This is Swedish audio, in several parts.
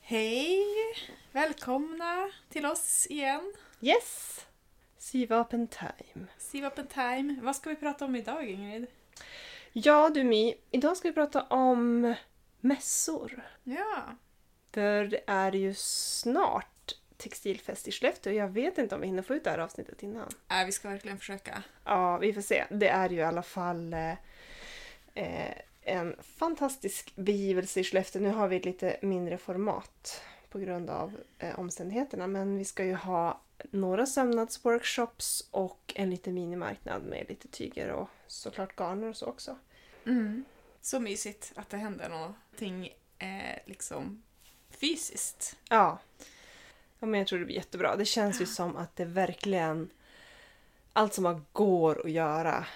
Hej! Välkomna till oss igen. Yes! Syvapen time. Siv up in time. Vad ska vi prata om idag Ingrid? Ja du My, idag ska vi prata om mässor. Ja, För det är ju snart textilfest i Skellefteå jag vet inte om vi hinner få ut det här avsnittet innan. äh, vi ska verkligen försöka. Ja, vi får se. Det är ju i alla fall eh, eh, en fantastisk begivelse i Skellefteå. Nu har vi ett lite mindre format på grund av eh, omständigheterna men vi ska ju ha några sömnadsworkshops och en liten minimarknad med lite tyger och såklart garner och så också. Så mysigt att det händer någonting eh, liksom fysiskt. Ja. ja men jag tror det blir jättebra. Det känns ju som att det verkligen... Allt som bara går att göra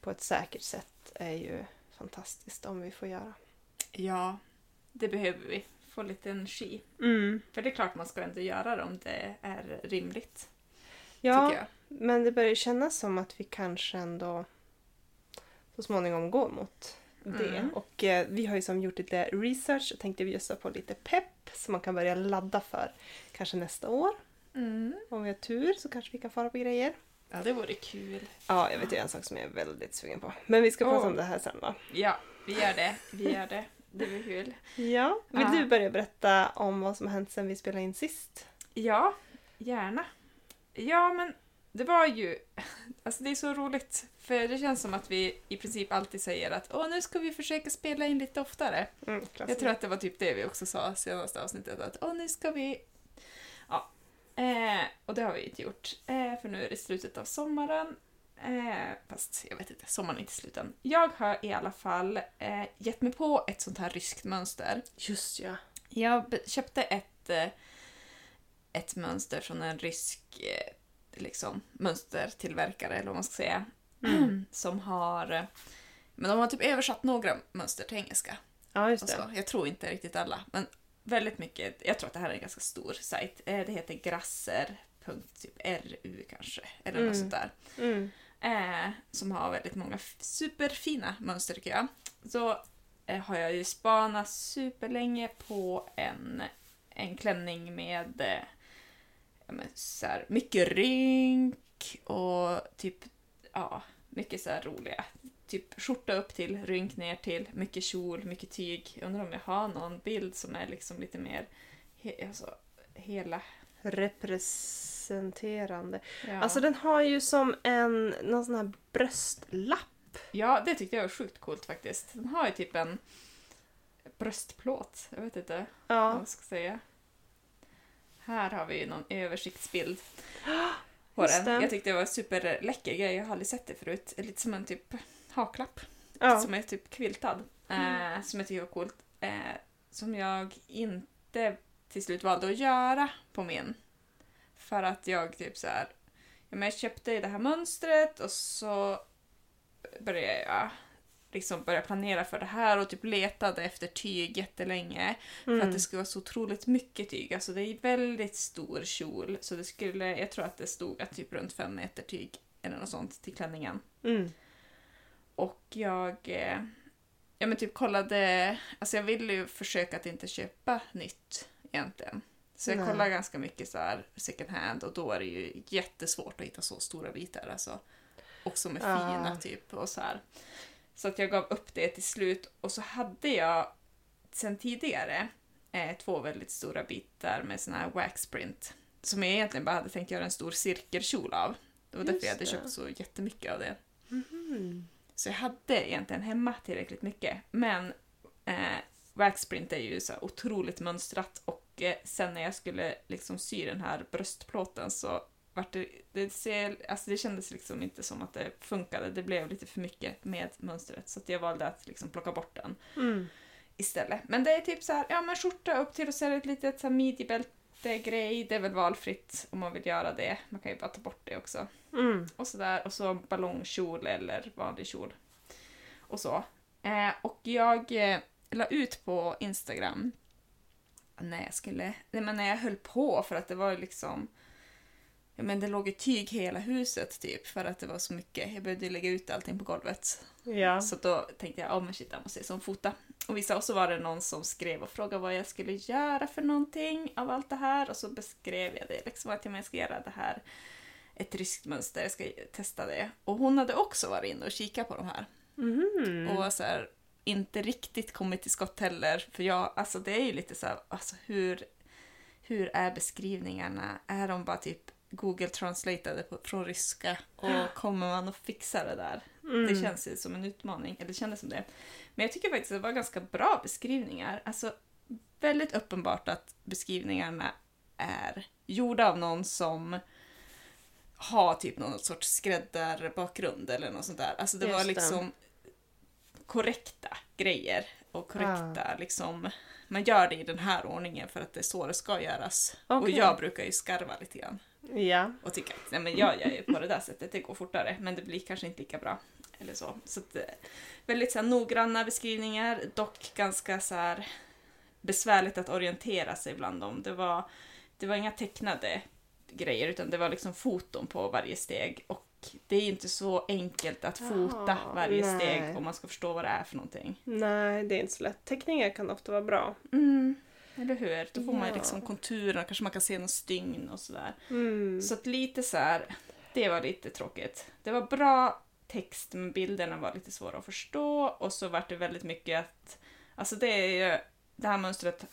på ett säkert sätt är ju fantastiskt om vi får göra. Ja, det behöver vi. Få lite energi. För det är klart man ska ändå göra det om det är rimligt. Ja, Tycker jag. men det börjar ju kännas som att vi kanske ändå så småningom går mot det. Mm. Och eh, vi har ju som gjort lite research och tänkte bjussa på lite pepp som man kan börja ladda för kanske nästa år. Mm. Om vi har tur så kanske vi kan fara på grejer. Ja, det vore kul. Ja, jag vet ju en sak som jag är väldigt sugen på. Men vi ska prata Åh. om det här sen va? Ja, vi gör det. Vi gör det. Det blir kul. Ja. Vill Ja. du börja berätta om vad som har hänt sen vi spelade in sist? Ja, gärna. Ja, men det var ju... Alltså det är så roligt, för det känns som att vi i princip alltid säger att Åh, nu ska vi försöka spela in lite oftare. Mm, Jag tror att det var typ det vi också sa senaste avsnittet, att Åh, nu ska vi... Ja. Eh, och det har vi inte gjort, eh, för nu är det slutet av sommaren. Eh, fast jag vet inte, sommaren är inte slut än. Jag har i alla fall eh, gett mig på ett sånt här ryskt mönster. Just ja. Jag be- köpte ett, eh, ett mönster från en rysk eh, liksom, mönstertillverkare, eller vad man ska säga. Som har... eh, Men de har typ översatt några mönster till engelska. Ja, just Och det. så. Alltså, Jag tror inte riktigt alla, men väldigt mycket. Jag tror att det här är en ganska stor sajt. Eh, Det heter grasser.ru kanske, eller något Mm. sånt där. Mm. Eh, som har väldigt många f- superfina mönster tycker jag. Så eh, har jag ju spanat superlänge på en, en klänning med eh, ja, men så här, mycket rynk och typ, ja, mycket så här roliga. Typ skjorta upp till, rynk ner till, mycket kjol, mycket tyg. Jag undrar om jag har någon bild som är liksom lite mer he, alltså, hela. Representerande. Ja. Alltså den har ju som en någon sån här bröstlapp. Ja, det tyckte jag var sjukt coolt faktiskt. Den har ju typ en bröstplåt. Jag vet inte vad Ja, man ska säga. Här har vi ju någon översiktsbild på den. Just det. Jag tyckte det var en superläcker grej. Jag har aldrig sett det förut. Lite som en typ haklapp ja. Mm. som är typ quiltad. Eh, som jag tycker var coolt. Eh, som jag inte till slut valde att göra på min. För att jag typ så här. Ja, men jag köpte det här mönstret och så började jag liksom börja planera för det här och typ letade efter tyg jättelänge. För Mm. att det skulle vara så otroligt mycket tyg. Alltså det är väldigt stor kjol. Så det skulle, jag tror att det stod att typ runt fem meter tyg eller något sånt till klänningen. Mm. Och jag eh, ja, men typ kollade, alltså jag ville ju försöka att inte köpa nytt egentligen. Så jag Nej. kollade ganska mycket så här second hand och då är det ju jättesvårt att hitta så stora bitar alltså. Och som är Ja. fina typ och så här. Så att jag gav upp det till slut och så hade jag sen tidigare eh, två väldigt stora bitar med sån här waxprint. Som jag egentligen bara hade tänkt göra en stor cirkelkjol av. Det var därför Just jag hade det. köpt så jättemycket av det. Mm. Så jag hade egentligen hemma tillräckligt mycket. Men eh, waxprint är ju så här otroligt mönstrat och eh, sen när jag skulle liksom sy den här bröstplåten så vart det, det, ser, alltså det kändes liksom inte som att det funkade. Det blev lite för mycket med mönstret så att jag valde att liksom plocka bort den Mm. istället. Men det är typ så här, ja men skjorta upp till och så är det ett litet så här midjebälte-grej. Det är väl valfritt om man vill göra det. Man kan ju bara ta bort det också Mm. och sådär. Och så ballongkjol eller vanlig kjol. Och så. Eh, och jag eh, la ut på Instagram när jag skulle, nej men när jag höll på för att det var liksom Ja, men det låg i tyg hela huset typ för att det var så mycket. Jag behövde lägga ut allting på golvet. Ja. Så då tänkte jag, ja men shit, jag måste jag som fota. Och vissa och så var det någon som skrev och frågade vad jag skulle göra för någonting av allt det här. Och så beskrev jag det, liksom att jag men, ska göra det här, ett ryskt mönster, jag ska testa det. Och hon hade också varit inne och kikat på de här. Mhm. Och så här, inte riktigt kommit till skott heller. För jag, alltså det är ju lite så här, alltså hur, hur är beskrivningarna? Är de bara typ Google translateade på, från ryska? Och kommer man att fixa det där? Mm. Det känns ju som en utmaning, eller det kändes som det. Men jag tycker faktiskt att det var ganska bra beskrivningar. Alltså väldigt uppenbart att beskrivningarna är gjorda av någon som har typ någon sorts skräddarbakgrund eller något sånt där. Alltså det Just var det. liksom korrekta grejer och korrekta Ah. liksom, man gör det i den här ordningen för att det är så det ska göras. Och Okej. jag brukar ju skarva lite grann Ja. och tycka att nej, men jag gör ju på det där sättet, det går fortare, men det blir kanske inte lika bra. Eller så. Så att, eh, väldigt så här, noggranna beskrivningar, dock ganska så här, besvärligt att orientera sig bland dem. Det var, det var inga tecknade grejer, utan det var liksom foton på varje steg. Och det är ju inte så enkelt att fota Jaha, varje Ah, nej. steg om man ska förstå vad det är för någonting. Nej, det är inte så lätt. Teckningar kan ofta vara bra. Mm. Eller hur? Då får man ju Ja. liksom konturer, kanske man kan se någon stygn och sådär. Mm. Så att lite så här, det var lite tråkigt. Det var bra text men bilderna var lite svåra att förstå och så vart det väldigt mycket att, alltså det är ju, det här mönstret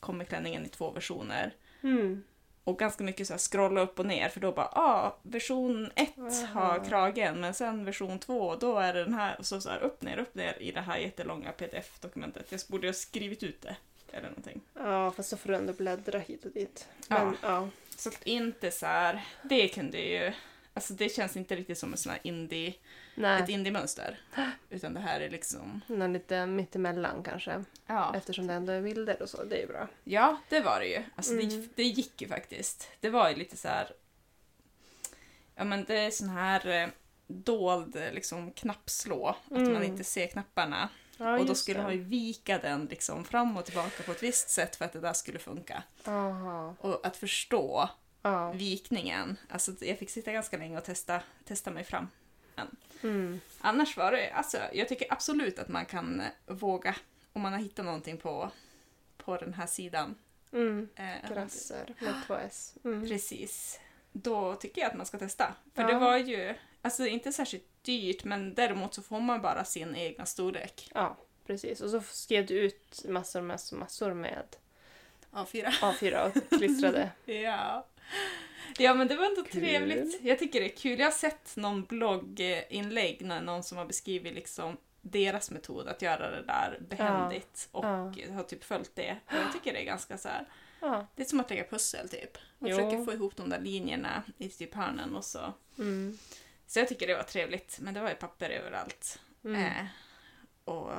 kommer klänningen i två versioner. Mm. Och ganska mycket så här scrolla upp och ner för då bara, ah, version 1 har Ah. kragen men sen version 2 då är det den här, och så, så här upp ner, upp ner i det här jättelånga pdf-dokumentet. Jag borde ha skrivit ut det eller någonting. Ja, fast så får du ändå bläddra hit och dit. Ja. Men, ja. Så att inte så här, det kunde ju, alltså det känns inte riktigt som en sån här indie ett Nej, indiemönster. Utan det här är liksom... någon lite mittemellan kanske. Ja, Eftersom det ändå är bilder och så. Det är ju bra. ja det var det ju. Alltså, det, Mm. det gick ju faktiskt. Det var ju lite så här... Ja, men det är sån här eh, dold eh, liksom, knappslå. Att Mm. man inte ser knapparna. Ja, och då just skulle det. man ju vika den liksom, fram och tillbaka på ett visst sätt för att det där skulle funka. Aha. Och att förstå Ja. vikningen. Alltså, jag fick sitta ganska länge och testa, testa mig fram. Mm. Annars var det, alltså, jag tycker absolut att man kan eh, våga om man har hittat någonting på, på den här sidan. Mm. Eh, Grasser med två S. Mm. Precis. Då tycker jag att man ska testa. För det Ja. var ju, alltså inte särskilt dyrt men däremot så får man bara sin egna storlek. Ja, precis. Och så skrev du ut massor, massor, massor med A4. A4 och klistrade. Ja. Ja men det var ändå Kul. trevligt. Jag tycker det är kul. Jag har sett någon blogginlägg när någon som har beskrivit liksom deras metod att göra det där behändigt och har typ följt det. Och jag tycker det är ganska så här Ja. Det är som att lägga pussel typ. Och Jo. försöka få ihop de där linjerna i typ hörnen och så. Mm. Så jag tycker det var trevligt, men det var ju papper överallt. Mm. Eh, och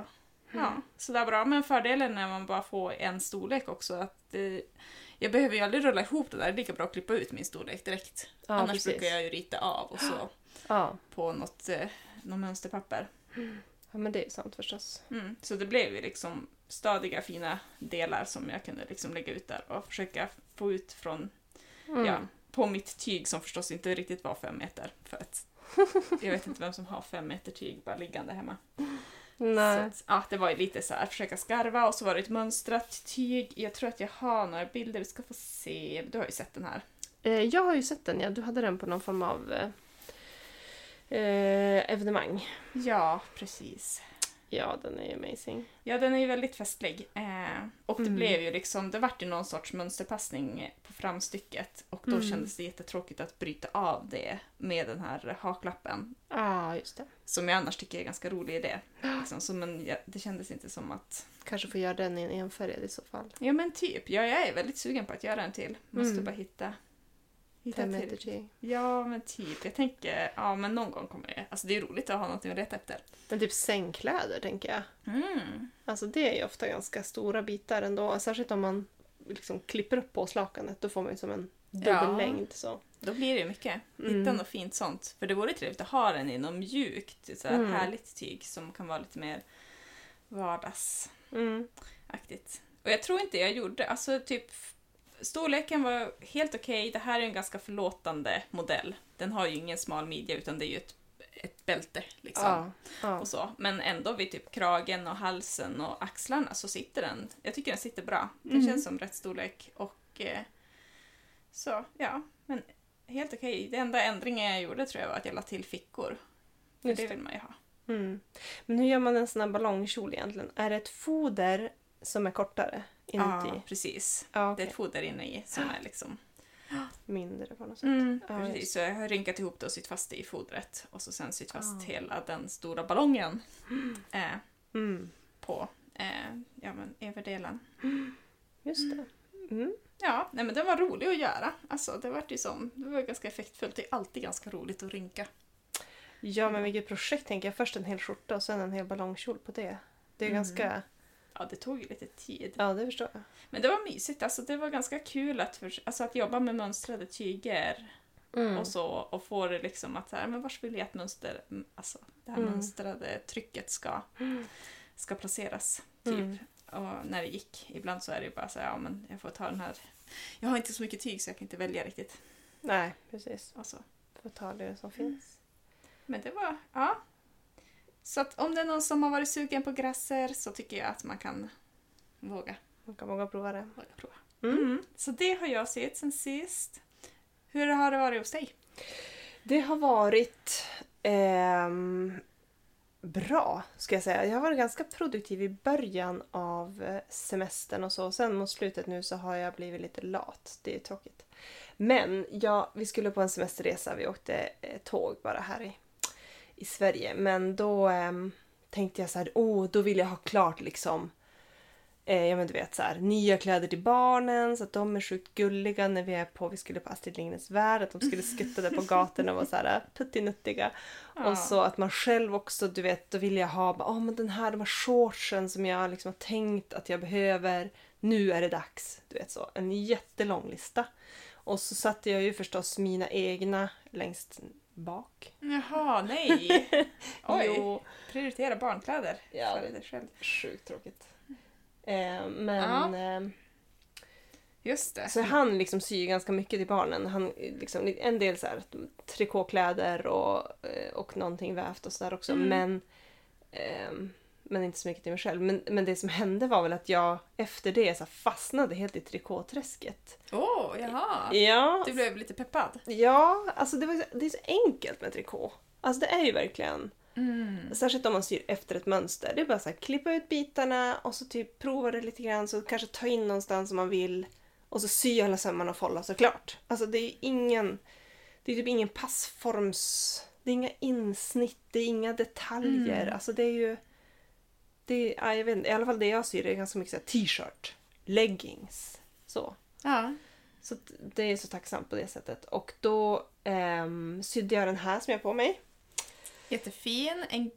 ja, så där bra. Men fördelen när man bara får en storlek också att eh, jag behöver ju aldrig rulla ihop det där, det är lika bra att klippa ut min storlek direkt. Ja, Annars precis. brukar jag ju rita av och så Ja. på något, eh, något mönsterpapper. ja, men det är ju sant förstås. Mm. Så det blev ju liksom stadiga fina delar som jag kunde liksom lägga ut där och försöka få ut från Mm. ja, på mitt tyg som förstås inte riktigt var fem meter. För att jag vet inte vem som har fem meter tyg bara liggande hemma. Så Nej. att, ja, det var ju lite så här, försöka skarva och så var det ett mönstrat tyg. Jag tror att jag har några bilder, vi ska få se. Du har ju sett den här. Eh, jag har ju sett den, ja. Du hade den på någon form av eh, eh, evenemang. Ja, precis. Ja, den är ju amazing. Ja, den är ju väldigt festlig. Eh, och det Mm. blev ju liksom, det vart ju någon sorts mönsterpassning på framstycket och då Mm. kändes det jättetråkigt att bryta av det med den här haklappen. Ja, ah, just det. Som jag annars tycker är en ganska rolig idé. Liksom. Så, men jag, det kändes inte som att... Kanske får göra den i en enfärgad i så fall. Ja men typ, ja, jag är väldigt sugen på att göra en till. Måste Mm. bara hitta... Hitta Fem till. meter till. Ja men typ, jag tänker, ja men någon gång kommer jag... Alltså det är roligt att ha någonting att leta efter. Men typ sängkläder, tänker jag. Mm. Alltså det är ju ofta ganska stora bitar ändå. Särskilt om man liksom klipper upp påslakanet. Då får man ju som en dubbellängd. Så. Då blir det ju mycket. Hitta Mm. något fint sånt. För det vore trevligt att ha den i något mjukt, så här Mm. härligt tyg som kan vara lite mer vardags... Mm. aktigt. Och jag tror inte jag gjorde, alltså typ storleken var helt okej. Det här är en ganska förlåtande modell. Den har ju ingen smal midja utan det är ju ett, ett bälte. Liksom. Ja, ja. Och så. Men ändå vid typ kragen och halsen och axlarna så sitter den. Jag tycker den sitter bra. Den Mm. känns som rätt storlek. Och eh, så, ja. Men helt okej. Det enda ändringen jag gjorde tror jag var att jag la till fickor. För Just det det. vill man ju ha. Mm. Men hur gör man en sån här ballongkjol egentligen? Är det ett foder som är kortare inuti? Ja, precis. Ja, Det okej. är ett foder inne i som är liksom... Mindre på något sätt. Mm, Ja, precis. just. Så jag har rynkat ihop det och sytt fast det i fodret. Och så sen sytt fast Ah. hela den stora ballongen eh, Mm. på eh, ja, men överdelen. Just det. Mm. Ja, nej men den var rolig att göra. Alltså, det, vart ju som, det var ganska effektfullt. Det är alltid ganska roligt att rynka. Ja, men vilket projekt tänker jag. Först en hel skjorta och sen en hel ballongkjol på det. Det är Mm. ganska... Ja, det tog ju lite tid. Ja, det förstår jag. Men det var mysigt. Alltså, det var ganska kul att, för, alltså, att jobba med mönstrade tyger Mm. och så och få det liksom att så här, men vars vill jag att mönster, m- alltså, det här Mm. mönstrade trycket ska, Mm. ska placeras. Typ. Mm. Och när det gick. Ibland så är det ju bara så här, ja men jag får ta den här. Jag har inte så mycket tyg så jag kan inte välja riktigt. Nej, precis. Och så. Får ta det Mm. som finns. Men det var, ja. Så att om det är någon som har varit sugen på grasser så tycker jag att man kan våga, Man kan våga prova det. våga prova. Mm. Så det har jag sett sen sist. Hur har det varit hos dig? Det har varit ehm, bra, ska jag säga. Jag har varit ganska produktiv i början av eh, semestern och så. Sen mot slutet nu så har jag blivit lite lat. Det är tråkigt. Men ja, vi skulle på en semesterresa. Vi åkte eh, tåg bara här i, i Sverige. Men då ehm, tänkte jag så här, åh, då vill jag ha klart liksom Eh, ja men du vet så här, nya kläder till barnen så att de är sjukt gulliga när vi är på, vi skulle på Astrid Lindgrens Värld, att de skulle skutta där på gatorna och vara så här puttinuttiga. Ja. Och så att man själv också, du vet, då vill jag ha, bara, "Åh, men den här, de här shortsen som jag liksom har tänkt att jag behöver, nu är det dags. Du vet så, en jättelång lista. Och så satte jag ju förstås mina egna längst bak. Jaha, nej. Oj. Jo, Prioritera barnkläder. Ja, för det- dig själv. sjukt tråkigt. Eh, men... ehm, Just det. Så han liksom syr ganska mycket till barnen. Han, liksom, en del så här, trikåkläder och, eh, och någonting vävt och sådär också. Mm. Men, ehm, men inte så mycket till mig själv. Men, men det som hände var väl att jag efter det så här, fastnade helt i trikåträsket. Åh, jaha. Ja, Du blev lite peppad. ja alltså det, var, så- det är så enkelt med trikå. Alltså det är ju verkligen, Mm. särskilt om man syr efter ett mönster. Det är bara så här, klippa ut bitarna och så typ prova det lite grann. Så kanske ta in någonstans om man vill. Och så sy alla sömmarna och folla såklart. Alltså det är ju ingen... Det är typ ingen passforms... Det är inga insnitt, det är inga detaljer. Mm. Alltså det är ju... Det är, ja, jag vet inte, I alla fall det jag syr är ganska mycket så här t-shirt, leggings, så. Ja. Så att det är så tacksamt på det sättet. Och då ehm, sydde jag den här som jag har på mig. Jättefin. En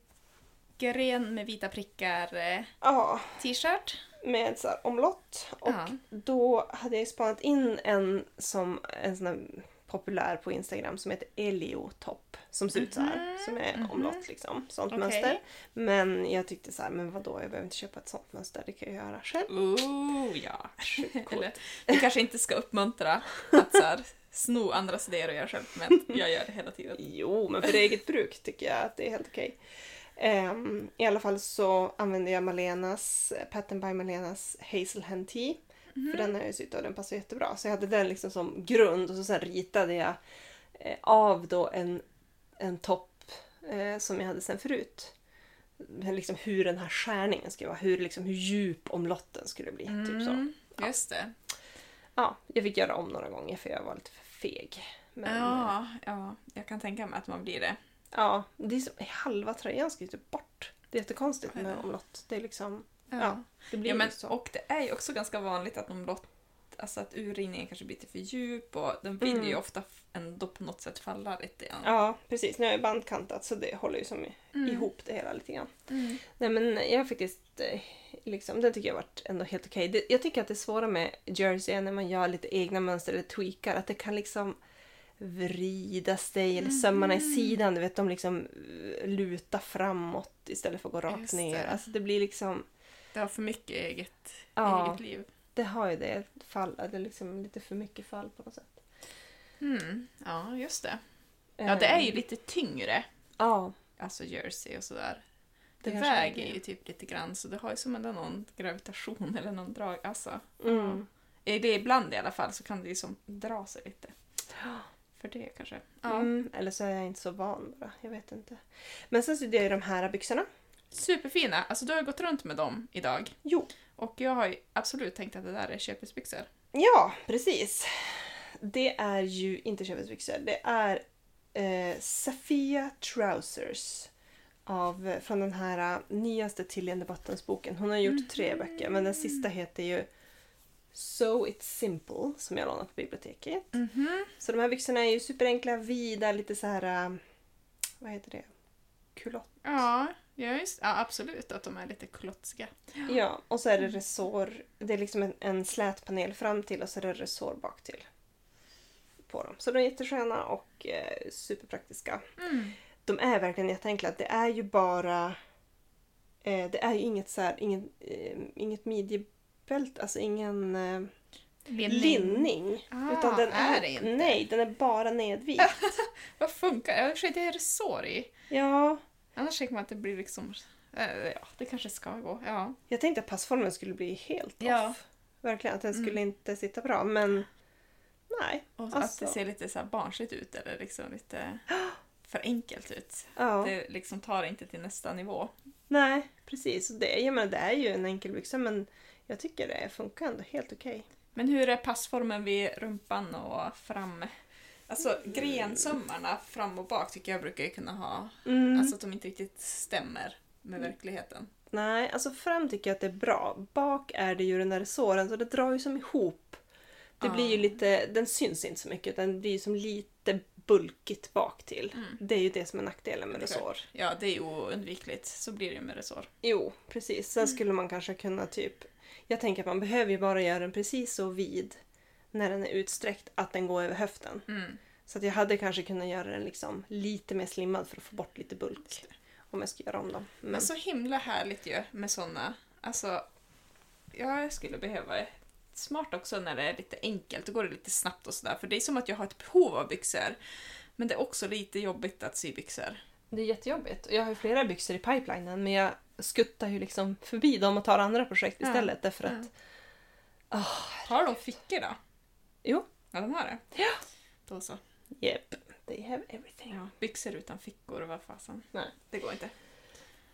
grön med vita prickar eh, Ja, t-shirt. med så här omlott. Och Ja. då hade jag ju spanat in en som en sån här populär på Instagram som heter Eliotopp. Som ser ut så här. Mhm, Som är mhm. omlott liksom. Sånt Okej. mönster. Men jag tyckte så här, men vadå jag behöver inte köpa ett sånt mönster. Det kan jag göra själv. Ooh, ja. Sjukt coolt. Eller, vi kanske inte ska uppmuntra att så här, sno andras idéer och göra själv, men jag gör det hela tiden. Jo, men för eget bruk tycker jag att det är helt okej. Ehm, I alla fall så använder jag Malenas, Pattern by Malenas Hazel Hand Tea. Mhm. För den har jag ju sytt och den passar jättebra. Så jag hade den liksom som grund och så sen ritade jag eh, av då en, en topp eh, som jag hade sen förut. Men Liksom hur den här skärningen skulle vara, hur, liksom, hur djup omlotten skulle bli. Typ så. Mm, Just det. Ja, jag fick göra om några gånger för jag var lite för feg. Men, eh, Ja, ja, jag kan tänka mig att man blir det. Ja, det är som, halva tröjan ska ju typ bort. Det är jättekonstigt med omlott. Det är liksom, ja. det blir ja, men, ju så. och det är ju också ganska vanligt att de blott, alltså att urringningen kanske blir lite för djup och den vill ju Mm. ofta f- ändå på något sätt falla lite grann. Ja, precis. Nu har jag bandkantat så det håller ju som i- Mm. ihop det hela lite grann. Mm. Nej men jag har faktiskt, eh, liksom, den tycker jag varit ändå helt okej. Det- Jag tycker att det svåra med jersey är när man gör lite egna mönster eller tweakar, att det kan liksom vrida sig Mm. eller sömmarna i sidan, du vet de liksom eh, lutar framåt istället för att gå rakt Just ner. det. Alltså det blir liksom, Det har för mycket eget, Ja. eget liv. det har ju det. Fall, det är liksom lite för mycket fall på något sätt. Mm, ja, just det. Ja, det är ju lite tyngre, Ehm, Ja, alltså jersey och sådär. Det Det, kanske är väger det. ju typ lite grann, så det har ju som ändå någon gravitation eller någon drag. Alltså, mm. är det ibland i alla fall så kan det ju som dra sig lite. För det kanske. Ja. Mm, eller så är jag inte så van bara. Jag vet inte. Men sen så är det ju de här byxorna. Superfina! Alltså du har ju gått runt med dem idag. Jo. Och jag har ju absolut tänkt att det där är köpesbyxor. Ja, precis. Det är ju inte köpesbyxor. Det är eh, Safia Trousers. Av, från den här eh, nyaste Tilliande Buttons-boken. Hon har gjort tre böcker men den sista heter ju So It's Simple som jag lånade på biblioteket. Mhm. Så de här byxorna är ju superenkla, vida, lite så här... eh, Vad heter det? Kulott. Ja, ja, just, ja, absolut att de är lite klotska. Ja, och så är det resår. Det är liksom en, en slät panel fram till och så är det resår bak till. På dem. Så de är jättesköna och eh, superpraktiska. Mm. De är verkligen jätteenkla. Det är ju bara... Eh, det är ju inget så här, ingen, eh, inget midjebälte, alltså ingen eh, linning. Ah, utan den är det inte? Ah. Nej, den är bara nedvikt. Vad funkar? Ja, i och för sig, det är resår i. ja, Annars tänker man att det blir liksom... eh, Ja, det kanske ska gå. Ja. jag tänkte att passformen skulle bli helt Ja. off. Verkligen, att den Mm. skulle inte sitta bra men... Nej. Och att Alltså. det ser lite så här barnsligt ut eller liksom lite för enkelt ut. Ja. Det liksom tar inte till nästa nivå. Nej, precis. Och Det, jag menar, det är ju en enkel byxa men jag tycker det funkar ändå helt okej. Men hur är passformen vid rumpan och fram? Alltså grensömmarna fram och bak tycker jag brukar ju kunna ha. Mm. Alltså att de inte riktigt stämmer med verkligheten. Nej, alltså fram tycker jag att det är bra. Bak är det ju den där såren så det drar ju som ihop. Det Ja. blir ju lite, den syns inte så mycket utan det blir ju som lite bulkigt bak till. Mm. Det är ju det som är nackdelen med Det är resår. Ja, det är ju oundvikligt. Så blir det ju med resår. Jo, precis. Sen Mm. skulle man kanske kunna typ... Jag tänker att man behöver ju bara göra den precis så vid när den är utsträckt att den går över höften. Mm. Så att jag hade kanske kunnat göra den liksom lite mer slimmad för att få bort lite bulk. Om jag ska göra om dem. Men, Men så himla härligt ju med såna. Alltså, ja, jag skulle behöva ett smart också när det är lite enkelt. Då går det lite snabbt och sådär. För det är som att jag har ett behov av byxor. Men det är också lite jobbigt att sy byxor. det är jättejobbigt. Jag har ju flera byxor i pipelinen men jag skuttar ju liksom förbi dem och tar andra projekt Ja. istället. Därför att... Har de fickor då? Jo. Ja, de har det. Ja. Då så. Yep. They have everything. Ja, byxor utan fickor, vad fasen. Nej. Det går inte.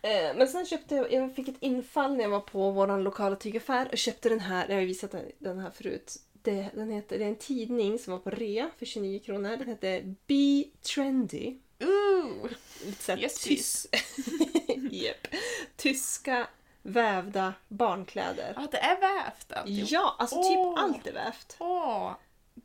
Eh, men sen köpte jag, jag fick ett infall när jag var på vår lokala tygaffär och köpte den här, jag har ju visat den- den här förut. Det, den heter, det är en tidning som var på rea för 29 kronor. Den heter Be Trendy. Ooh. Lite såhär Yes, tys- Japp. Tyska vävda barnkläder. Ja, det är vävt alltihop. Ja, alltså typ Åh. allt är vävt. Åh,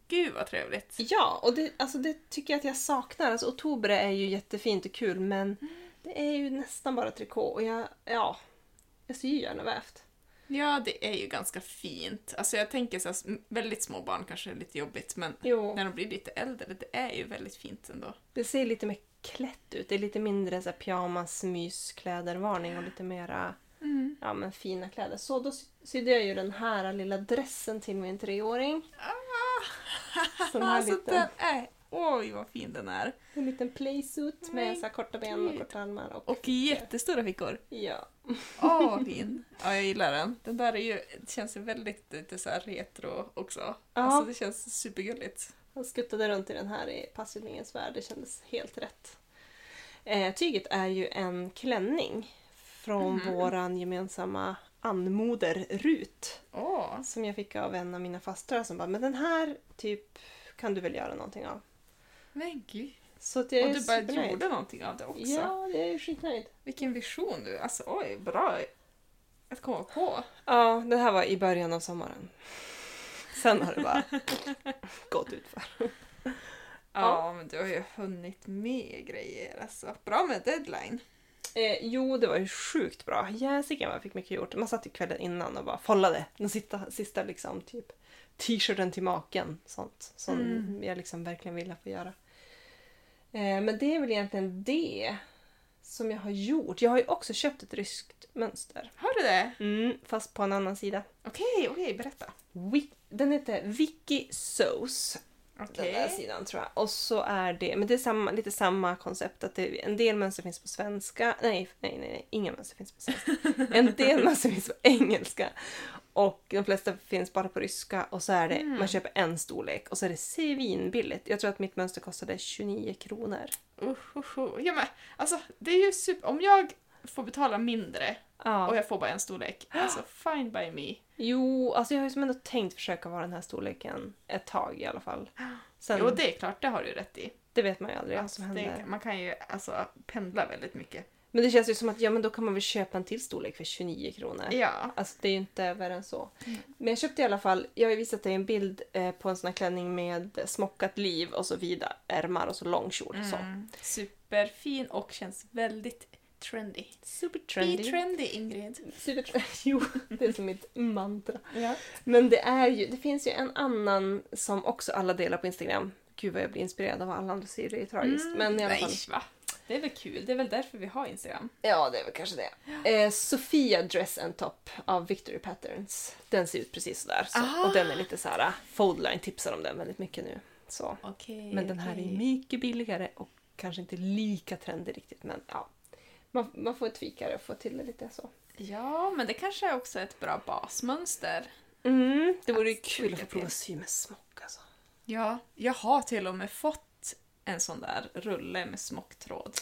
gud vad trevligt. Ja, och det, alltså det tycker jag att jag saknar. Alltså, oktober är ju jättefint och kul men Mm. det är ju nästan bara trikå och jag, ja, jag syr ju gärna vävt. Ja, det är ju ganska fint. Alltså jag tänker så här, väldigt små barn kanske är lite jobbigt, men Jo. när de blir lite äldre, det är ju väldigt fint ändå. Det ser lite mer klätt ut. Det är lite mindre så här pyjamas, mys, kläder, varning och lite mera Mm. ja, men fina kläder. Så då sy- sydde jag ju den här lilla dressen till min treåring. Som har Ah! alltså lite- den är... Oj, vad fin den är! En liten playsuit med Men så här korta ben och gud. korta armar. Och, Och jättestora fickor. ja. Åh, vad fin! Ja, jag gillar den. Den där är ju, det känns ju väldigt lite så här retro också. Ja. Alltså det känns supergulligt. Han skuttade runt i den här i passivningens värld. Det kändes helt rätt. Eh, tyget är ju en klänning från våran gemensamma annmoder Rut. Åh! som jag fick av en av mina fastrar som bara, men den här typ kan du väl göra någonting av? Men gud! Så att jag Och är du bara supernöjd. gjorde någonting av det också. Ja, jag är skitnöjd. Vilken vision du... Alltså oj, bra att komma på. Ja, det här var i början av sommaren. Sen har det bara gått utför. Ja, men du har ju hunnit med grejer. Alltså, bra med deadline. Eh, jo, det var ju sjukt bra. Jäsiken vad jag fick mycket gjort. Man satt ju kvällen innan och bara follade den sista, sista liksom typ t-shirten till maken. Sånt som jag liksom verkligen ville få göra. Eh, men det är väl egentligen det som jag har gjort. Jag har ju också köpt ett ryskt mönster. Har du det? Mm, fast på en annan sida. Okej, okej, berätta. Wi- Den heter Vicky Sose. Okej. Den där sidan tror jag. Och så är det, men det är samma, lite samma koncept. Att det, en del mönster finns på svenska. Nej, nej, nej, nej. Inga mönster finns på svenska. En del mönster finns på engelska. Och de flesta finns bara på ryska. Och så är det, man köper en storlek. Och så är det svinbilligt. Jag tror att mitt mönster kostade 29 kronor. Usch, usch, usch. Ja, men, alltså, det är ju super... Om jag får betala mindre Ja. och jag får bara en storlek, alltså fine by me. Jo, alltså jag har ju som ändå tänkt försöka vara den här storleken ett tag i alla fall. Sen, Jo, det... det är klart, det har du rätt i. vet man ju aldrig vad som Att det- händer. man kan ju alltså pendla väldigt mycket. Men det känns ju som att ja, men då kan man väl köpa en till storlek för 29 kronor. Ja. Alltså det är ju inte värre än så. Mm. Men jag köpte i alla fall, jag har ju visat dig en bild eh, på en sån här klänning med smockat liv och så vida ärmar och så lång kjol. Så. Mm. Superfin och känns väldigt trendy. Super Trendy. trendy. Be trendy, Ingrid. Super jo, det är som mitt mantra. Ja. Men det är ju, det finns ju en annan som också alla delar på Instagram. Gud vad jag blir inspirerad av alla andra sidor, det är tragiskt. Men i alla fall. Nej, Mm, va? Det är väl kul, det är väl därför vi har Instagram. Ja, det är väl kanske det. Eh, Sofia Dress and Top av Victory Patterns. Den ser ut precis sådär. Så, Ah. och den är lite såhär, Foldline tipsar om den väldigt mycket nu. Så. Okej. Men den här är mycket billigare och kanske inte lika trendig riktigt men ja. Man, man får tvika det och få till det lite så. Ja, men det kanske är också ett bra basmönster. Mm, det vore ju Att kul att få sticka prova till. sy med smock alltså. Ja, jag har till och med fått en sån där rulle med smocktråd.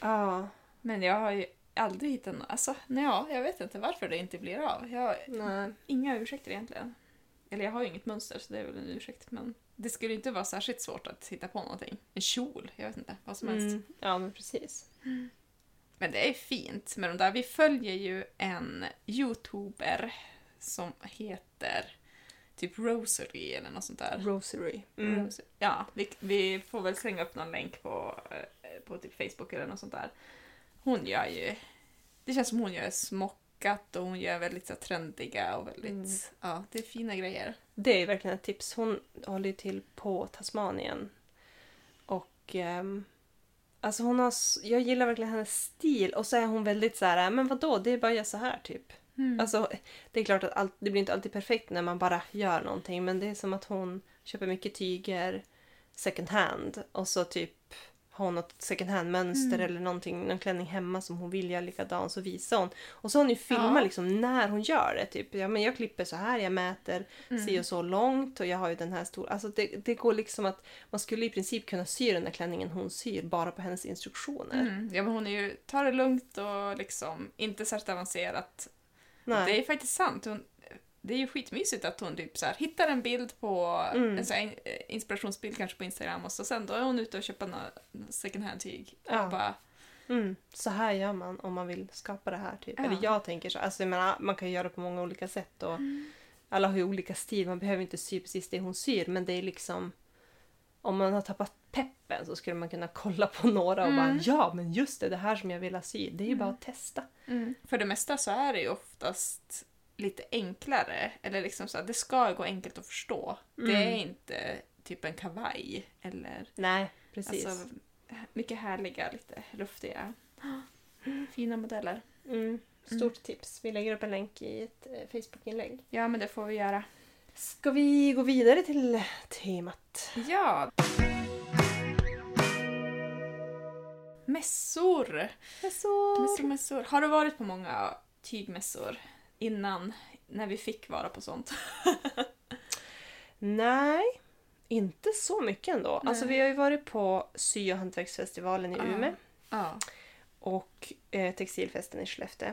Ja, Men jag har ju aldrig hittat någon. Alltså, nej, ja, jag vet inte varför det inte blir av. Jag har nej. inga ursäkter egentligen. Eller jag har ju inget mönster så det är väl en ursäkt. Men det skulle inte vara särskilt svårt att hitta på någonting. En kjol, jag vet inte. Vad som helst. Mm. Ja, men precis. Men det är fint med de där. Vi följer ju en youtuber som heter typ Rosary eller något sånt där. Rosary. Mm. Rosary. Ja, vi, vi får väl slänga upp någon länk på, eh, på typ Facebook eller något sånt där. Hon gör ju... Det känns som hon gör smockat och hon gör väldigt så här, trendiga och väldigt... Mm. Ja, det är fina grejer. Det är ju verkligen ett tips. Hon håller ju till på Tasmanien. Och ehm, alltså hon har, s- jag gillar verkligen hennes stil och så är hon väldigt så här, "Äh, men vadå, det är bara att göra så här typ. Mm. Alltså det är klart att allt, det blir inte alltid perfekt när man bara gör någonting men det är som att hon köper mycket tyger second hand och så typ har hon något second hand mönster Mm. eller någonting, någon klänning hemma som hon vill göra likadan så visar hon. Och så har hon ju filmat Ja. liksom när hon gör det typ. Ja men jag klipper så här, jag mäter Mm. si och så långt och jag har ju den här stor... Alltså det, det går liksom att man skulle i princip kunna sy den där klänningen hon syr bara på hennes instruktioner. Mm. Ja, men hon är ju, tar det lugnt och liksom inte särskilt avancerat. Nej. Det är faktiskt sant. Hon, det är ju skitmysigt att hon typ så här, hittar en bild på Mm. en så här, in- eh, inspirationsbild kanske på Instagram och så sen då är hon ute och köper några second hand-tyg. Ja. Och bara, Mm. Så här gör man om man vill skapa det här. Typ. Ja. Eller jag tänker så. Alltså, jag menar, man kan ju göra det på många olika sätt och Mm. alla har ju olika stil. Man behöver inte sy precis det hon syr men det är liksom om man har tappat peppen så skulle man kunna kolla på några och bara Mm. ja men just det, det här som jag vill ha sy. Det är ju bara att testa. För det mesta så är det ju oftast lite enklare. Eller liksom så här, det ska gå enkelt att förstå. Det är Mm. inte typ en kavaj eller Nej, precis. alltså, mycket härliga, lite luftiga, fina modeller. Mm. Stort tips. Vi lägger upp en länk i ett eh, Facebookinlägg. Ja, men det får vi göra. Ska vi gå vidare till temat? Ja. Mässor. mässor, mässor. Har du varit på många tygmässor innan? När vi fick vara på sånt. Nej, inte så mycket ändå. Nej. Alltså vi har ju varit på sy och hantverksfestivalen i Ja. Umeå Ja. och eh, textilfesten i Skellefteå.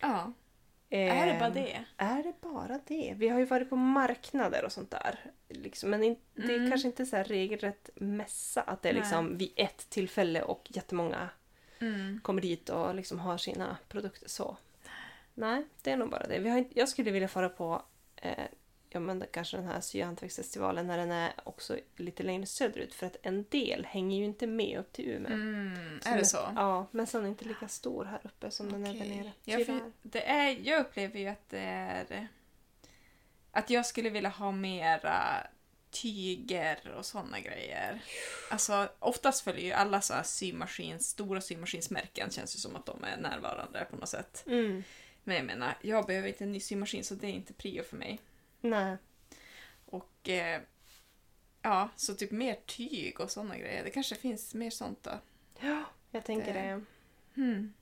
ja. Eh, Är det bara det? Är det bara det? Vi har ju varit på marknader och sånt där. Liksom, men in, det är Mm. kanske inte så här regelrätt mässa att det är Nej. liksom vid ett tillfälle och jättemånga Mm. kommer dit och liksom har sina produkter så. Nej, det är nog bara det. Vi har, inte- jag skulle vilja fara på eh, ja, men det- kanske den här syhantverksfestivalen när den är också lite längre söderut för att en del hänger ju inte med upp till Umeå. Mm. Så Är det men- så? Ja, men sen är inte lika stor här uppe som den är där Okej. nere. Ja, för Tyvärr. det är, jag upplever ju att det är... Att jag skulle vilja ha mera tyger och sådana grejer. Alltså oftast följer ju alla så här symaskins, stora symaskinsmärken känns ju som att de är närvarande på något sätt. Mm. Men jag menar, jag behöver inte en ny symaskin så det är inte prio för mig. Nej. Och eh, ja, så typ mer tyg och sådana grejer. Det kanske finns mer sånt då. Ja, jag tänker Det- det. Hmm.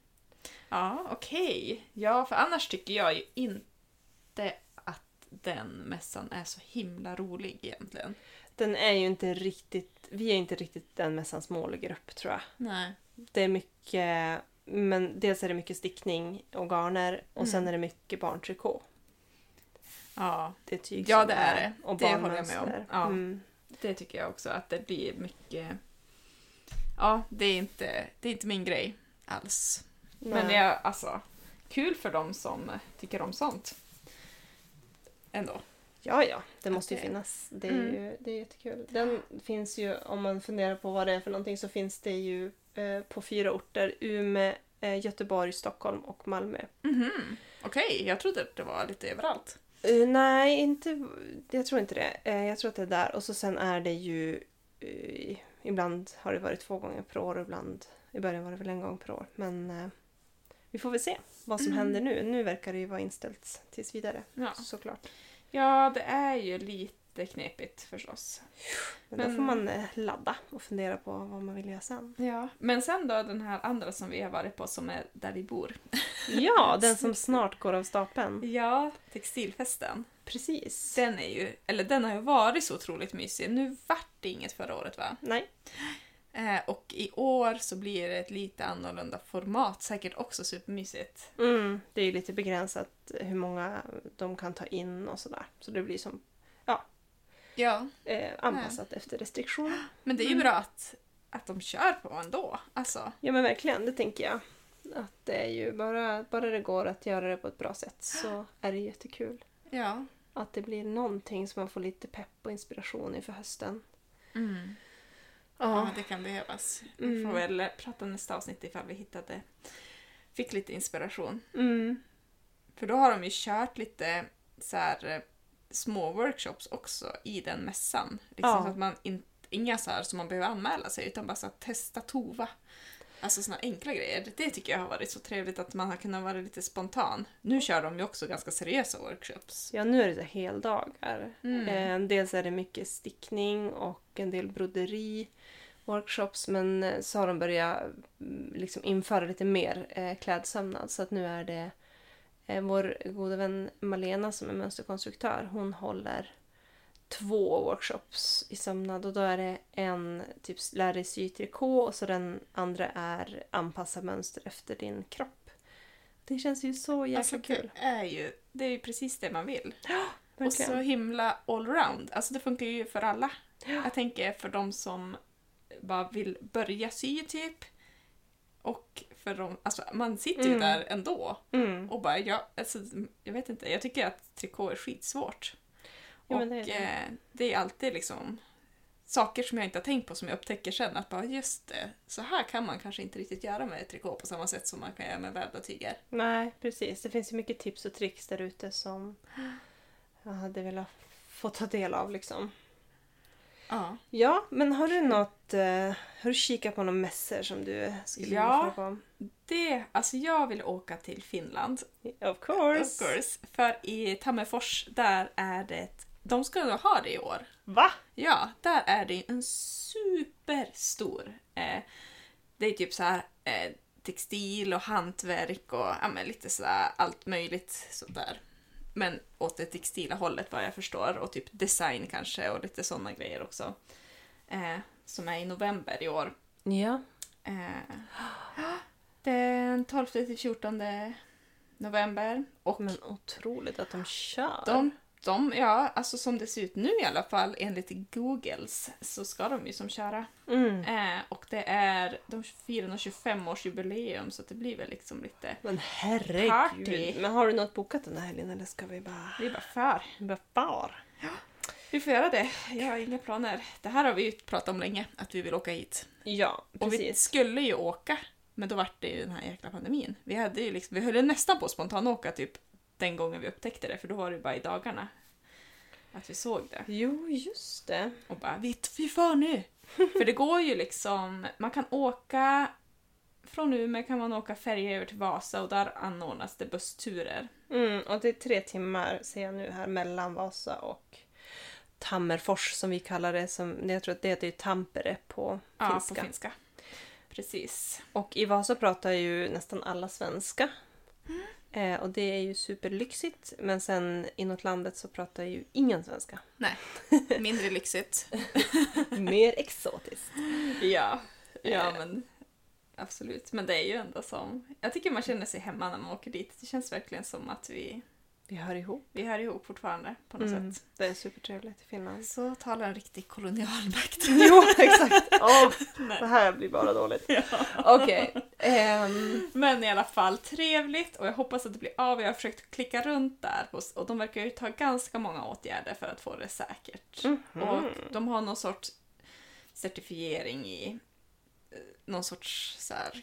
Ja, okej. Ja, för annars tycker jag ju inte att den mässan är så himla rolig egentligen. Den är ju inte riktigt, vi är inte riktigt den mässans målgrupp tror jag. Nej. Det är mycket, men dels är det mycket stickning och garner och Mm. sen är det mycket barntrikå. Ja, Det är tyg Ja, som det är det. Och Det håller jag med om. barnmönster. Ja. Mm. det tycker jag också att det blir mycket... Ja, det är inte, det är inte min grej alls. Men Nej. jag, alltså, kul för dem som tycker om sånt. Ändå. Ja, ja, det måste ju det- finnas. Det är Mm. ju det är jättekul. Den finns ju, om man funderar på vad det är för någonting, så finns det ju eh, på fyra orter. Umeå, eh, Göteborg, Stockholm och Malmö. Mhm. Okej, jag trodde det var lite överallt. Eh, nej, inte, jag tror inte det. Eh, jag tror att det är där. Och så sen är det ju... eh, ibland har det varit två gånger per år och ibland... I början var det väl en gång per år. Men eh, vi får väl se vad som händer nu. Nu verkar det ju vara inställt tills vidare. Ja. Såklart. ja, det är ju lite knepigt förstås. Men, då Men- får man eh, ladda och fundera på vad man vill göra sen. Ja, men sen då den här andra som vi har varit på som är där vi bor. Ja, den som snart går av stapeln. Ja, textilfesten. Precis. Den är ju, eller den har ju varit så otroligt mysig. Nu vart det inget förra året va? Nej. Eh, och i år så blir det ett lite annorlunda format, säkert också supermysigt. Mm, det är ju lite begränsat hur många de kan ta in och sådär. Så det blir som Ja. Mm. eh, anpassat efter restriktioner. Men det är ju bra att, att de kör på ändå. Alltså, Ja men verkligen, det tänker jag. Att det är ju bara, bara det går att göra det på ett bra sätt så är det jättekul. ja. Att det blir någonting som man får lite pepp och inspiration inför hösten. Mm. Ja, Ja, men det kan behövas. Mm. Vi får väl prata nästa avsnitt ifall vi hittade, fick lite inspiration. mm. För då har de ju kört lite så här, eh, små workshops också i den mässan. Liksom Ja. så att man in, inga så här som man behöver anmäla sig utan bara så att testa Tova. Alltså såna enkla grejer. Det tycker jag har varit så trevligt att man har kunnat vara lite spontan. Nu kör de ju också ganska seriösa workshops. ja nu är det så här heldagar. Mm. Eh, dels är det mycket stickning och en del broderi workshops men eh, så har de börjat mm, liksom införa lite mer eh, klädsömnad så att nu är det eh, vår goda vän Malena som är mönsterkonstruktör hon håller två workshops i sömnad och då är det en typ lär dig sy trikå och så den andra är anpassa mönster efter din kropp. Det känns ju så jäkla Alltså, kul. det, är ju, det är ju precis det man vill. Och så verkligen. himla allround. Alltså det funkar ju för alla. Jag tänker för de som bara vill börja sy typ. Och för de, alltså man sitter ju Mm. där ändå. Mm. Och bara, jag, alltså, jag vet inte, jag tycker att trikå är skitsvårt. Ja, och men det är det. Eh, det är alltid liksom saker som jag inte har tänkt på som jag upptäcker sen att bara just det, så här kan man kanske inte riktigt göra med trikå på samma sätt som man kan göra med vävda tyger. Nej, precis. Det finns ju mycket tips och tricks där ute som jag hade velat få ta del av. Liksom. Ja. Ja, men har du något... Eh, har du kikat på några mässor som du skulle Ja. vilja fråga Det, alltså jag vill åka till Finland på? Of course! Of course. För i Tammerfors, där är det... De ska nog ha det i år. Va? Ja, där är det en superstor... Eh, det är typ så här eh, textil och hantverk och ja, men lite så här, allt möjligt sånt där. Men åt det textila hållet vad jag förstår och typ design kanske och lite sådana grejer också. Eh, som är i november i år. Ja. Eh, den 12-14 november. Och Men otroligt att de kör! de, de, ja, alltså som det ser ut nu i alla fall enligt Googles så ska de ju som köra. Mm. Eh, och det är, de firar någon 25-årsjubileum så att det blir väl liksom lite, Men herregud! Party. Men har du något bokat den här helgen eller ska vi bara... vi är bara för. bara far? Vi får göra det, jag har inga planer. Det här har vi ju pratat om länge, att vi vill åka hit. Ja, Och vi precis. skulle ju åka, men då vart det ju den här jäkla pandemin. Vi, hade ju liksom, vi höll ju nästan på att spontanåka typ den gången vi upptäckte det, för då var det ju bara i dagarna. Att vi såg det. Jo, just det. Och bara vitt fy fan nu! För det går ju liksom, man kan åka från Umeå kan man åka färja över till Vasa och där anordnas det bussturer. Mm, och det är tre timmar, ser jag nu här, mellan Vasa och Tammerfors som vi kallar det. Som, jag tror att det heter ju Tampere på Ja, finska. på finska. Precis. Och i Vasa pratar ju nästan alla svenska. Eh, och det är ju superlyxigt. Men sen inåt landet så pratar ju ingen svenska. Mindre lyxigt. Mer exotiskt. ja. Eh, ja, men absolut. Men det är ju ändå som, jag tycker man känner sig hemma när man åker dit. Det känns verkligen som att vi, Vi hör ihop. vi hör ihop fortfarande på något Mm. sätt. Det är supertrevligt i Finland. Så talar en riktig kolonialmakt. jo, exakt. Åh, Nej. det här blir bara dåligt. ja. Okej. ehm, Men i alla fall trevligt och jag hoppas att det blir av. Jag har försökt klicka runt där hos, och de verkar ju ta ganska många åtgärder för att få det säkert. Mhm. Och de har någon sorts certifiering i eh, någon sorts så här,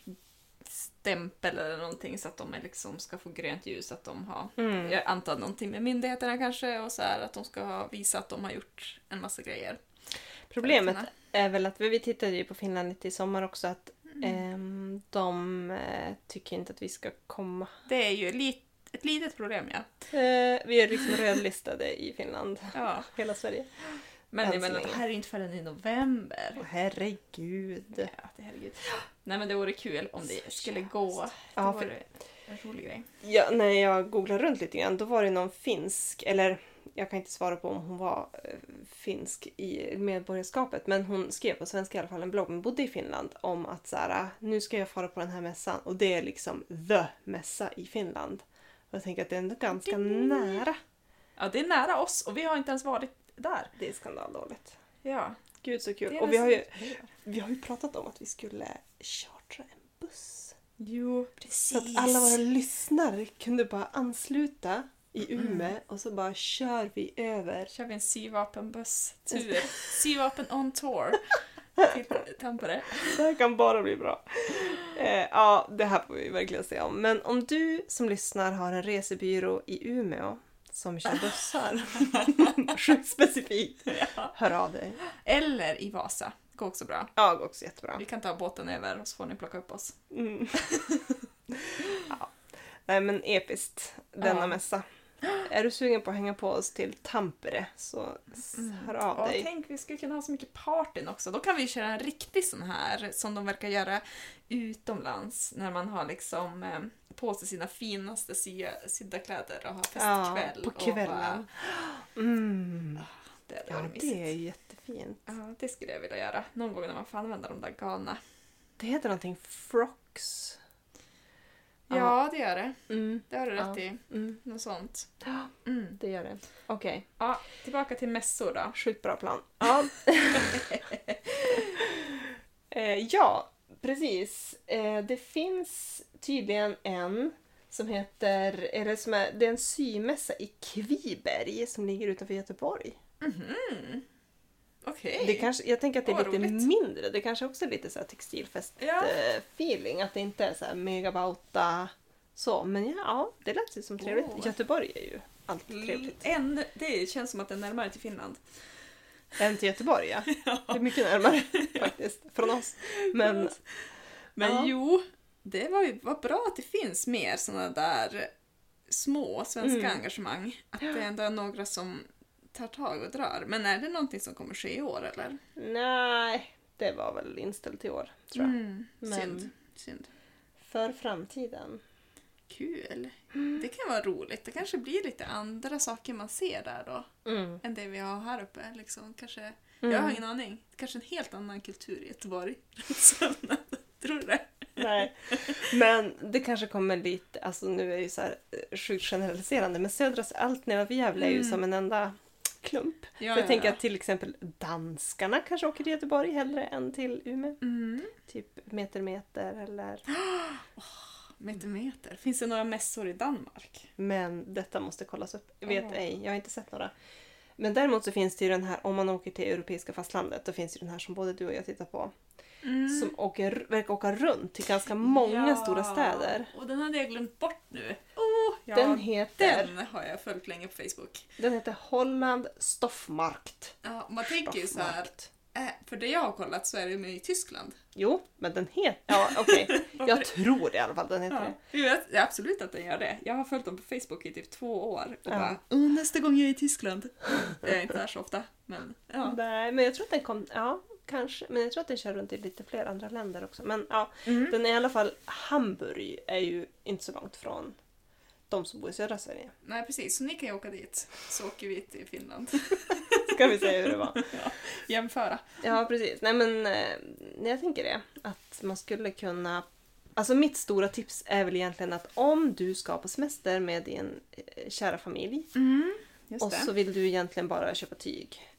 stämpel eller någonting så att de är liksom ska få grönt ljus. Att de har, mm. jag antar någonting med myndigheterna kanske och så här, att de ska ha- visa att de har gjort en massa grejer. Problemet är väl att vi, vi tittade ju på Finland lite i sommar också att ehm, de eh, tycker inte att vi ska komma. Det är ju lit, ett litet problem ja. Eh, vi är liksom rödlistade i Finland. ja. Hela Sverige. Men Än jag så menar, det länge. här är ju inte förrän i november. Åh, herregud. Ja, det, herregud. Nej men det vore kul om det skulle gå. Det Ja, för- vore en rolig grej. Ja, när jag googlade runt lite grann då var det någon finsk, eller jag kan inte svara på om hon var eh, finsk i medborgarskapet men hon skrev på svenska i alla fall en blogg, men bodde i Finland om att så här, nu ska jag fara på den här mässan och det är liksom the mässa i Finland. Och jag tänker att det är ändå ganska Ding. nära. Ja, det är nära oss och vi har inte ens varit där. Det är skandaldåligt. Ja. Gud så kul. Det är Och väl vi har, så- ju, vi har ju pratat om att vi skulle chartra en buss. Jo, precis. Så att alla våra lyssnare kunde bara ansluta i Umeå och så bara kör vi över. kör vi en syvapenbuss-tur. Syvapen on tour. Till Tampere. Det här kan bara bli bra. Eh, ja, det här får vi verkligen se om. Men om du som lyssnar har en resebyrå i Umeå som kör bussar, sjukt specifikt, Ja. hör av dig. Eller i Vasa. Går också bra. Ja, går också jättebra. Vi kan ta båten över och så får ni plocka upp oss. Mm. ja. Nej men episkt, denna Ja. mässa. Är du sugen på att hänga på oss till Tampere så s- hör av Och dig. tänk, vi skulle kunna ha så mycket partyn också. Då kan vi köra en riktig sån här som de verkar göra utomlands när man har liksom eh, på sig sina finaste sy- sydda kläder och har Ja, festkväll. på och bara- kvällen. Mm. det hade Ja, varit mysigt. det är ju jättefint. Ja, det skulle jag vilja göra. Någon gång när man får använda de där galna. Det heter någonting Frocks. Ja. Ja, det gör det. Mm. Det har du Ja. rätt i. Mm. Något sånt. Ja, Mm. det gör det. Okej, Ja, tillbaka till mässor då. sjukt bra plan. Ja, eh, ja precis. Eh, det finns tydligen en som heter, eller som är, det är en symässa i Kviberg som ligger utanför Göteborg. Okej. Det kanske, jag tänker att det är Vad lite roligt. mindre. Det kanske också är lite så här Ja. textilfest-feeling. Att det inte är så här megabauta så. Men ja, ja, det lät ju som trevligt. Oh. Göteborg är ju alltid trevligt. Än, det känns som att det är närmare till Finland. Än till Göteborg ja. Det är mycket närmare faktiskt. Från oss. Men Men Ja. jo, det var ju vad bra att det finns mer sådana där små svenska Mm. engagemang. Att det ändå är några som tar tag och drar. Men är det någonting som kommer ske i år eller? nej, det var väl inställt i år tror jag. Mm. Men- Synd. Synd. För framtiden. Kul. Det kan vara roligt. Det kanske blir lite andra saker man ser där då. Mm. Än det vi har här uppe. Liksom. Kanske, Mm. Jag har ingen aning. Kanske en helt annan kultur i Göteborg. runt sömnen. Tror du det? Nej. Men det kanske kommer lite, alltså nu är det ju så här eh, sjukt generaliserande, men södra allt nedanför Gävle är ju Mm. som en enda klump. Ja, jag tänker att till exempel danskarna kanske åker till Göteborg hellre än till Umeå. Mm. Typ meter meter eller... Meter, meter. Finns det några mässor i Danmark? Men detta måste kollas upp. Jag vet Ja. ej, jag har inte sett några. Men däremot så finns det ju den här, om man åker till europeiska fastlandet, då finns det ju den här som både du och jag tittar på. Som åker, verkar åka runt till ganska många Mm. Ja, stora städer. Och den hade jag glömt bort nu. Oh, Ja, den, den, heter, den. har jag följt länge på Facebook. heter Holland Stoffmarkt. Ja, man tänker ju så här, Stoffmarkt. eh, för det jag har kollat så är det ju med i Tyskland. Jo, men den heter... Ja, okej. Jag tror i alla fall den heter Ja, det. jag vet absolut att den gör det. Jag har följt dem på Facebook i typ två år och Ja. bara "Åh, nästa gång jag är i Tyskland. Mm. Jag är inte där så ofta, men ja. Nej, men jag tror att den kom... Ja, kanske. Men jag tror att den kör runt i lite fler andra länder också. Men ja, Mm. den är i alla fall... Hamburg är ju inte så långt från de som bor i södra Sverige. Nej precis, så ni kan ju åka dit så åker vi till Finland. Ska vi säga hur det var. Jämföra. Ja, precis. Nej, men eh, jag tänker det. Att man skulle kunna... Alltså mitt stora tips är väl egentligen att om du ska på semester med din eh, kära familj Just och så vill du egentligen bara köpa tyg.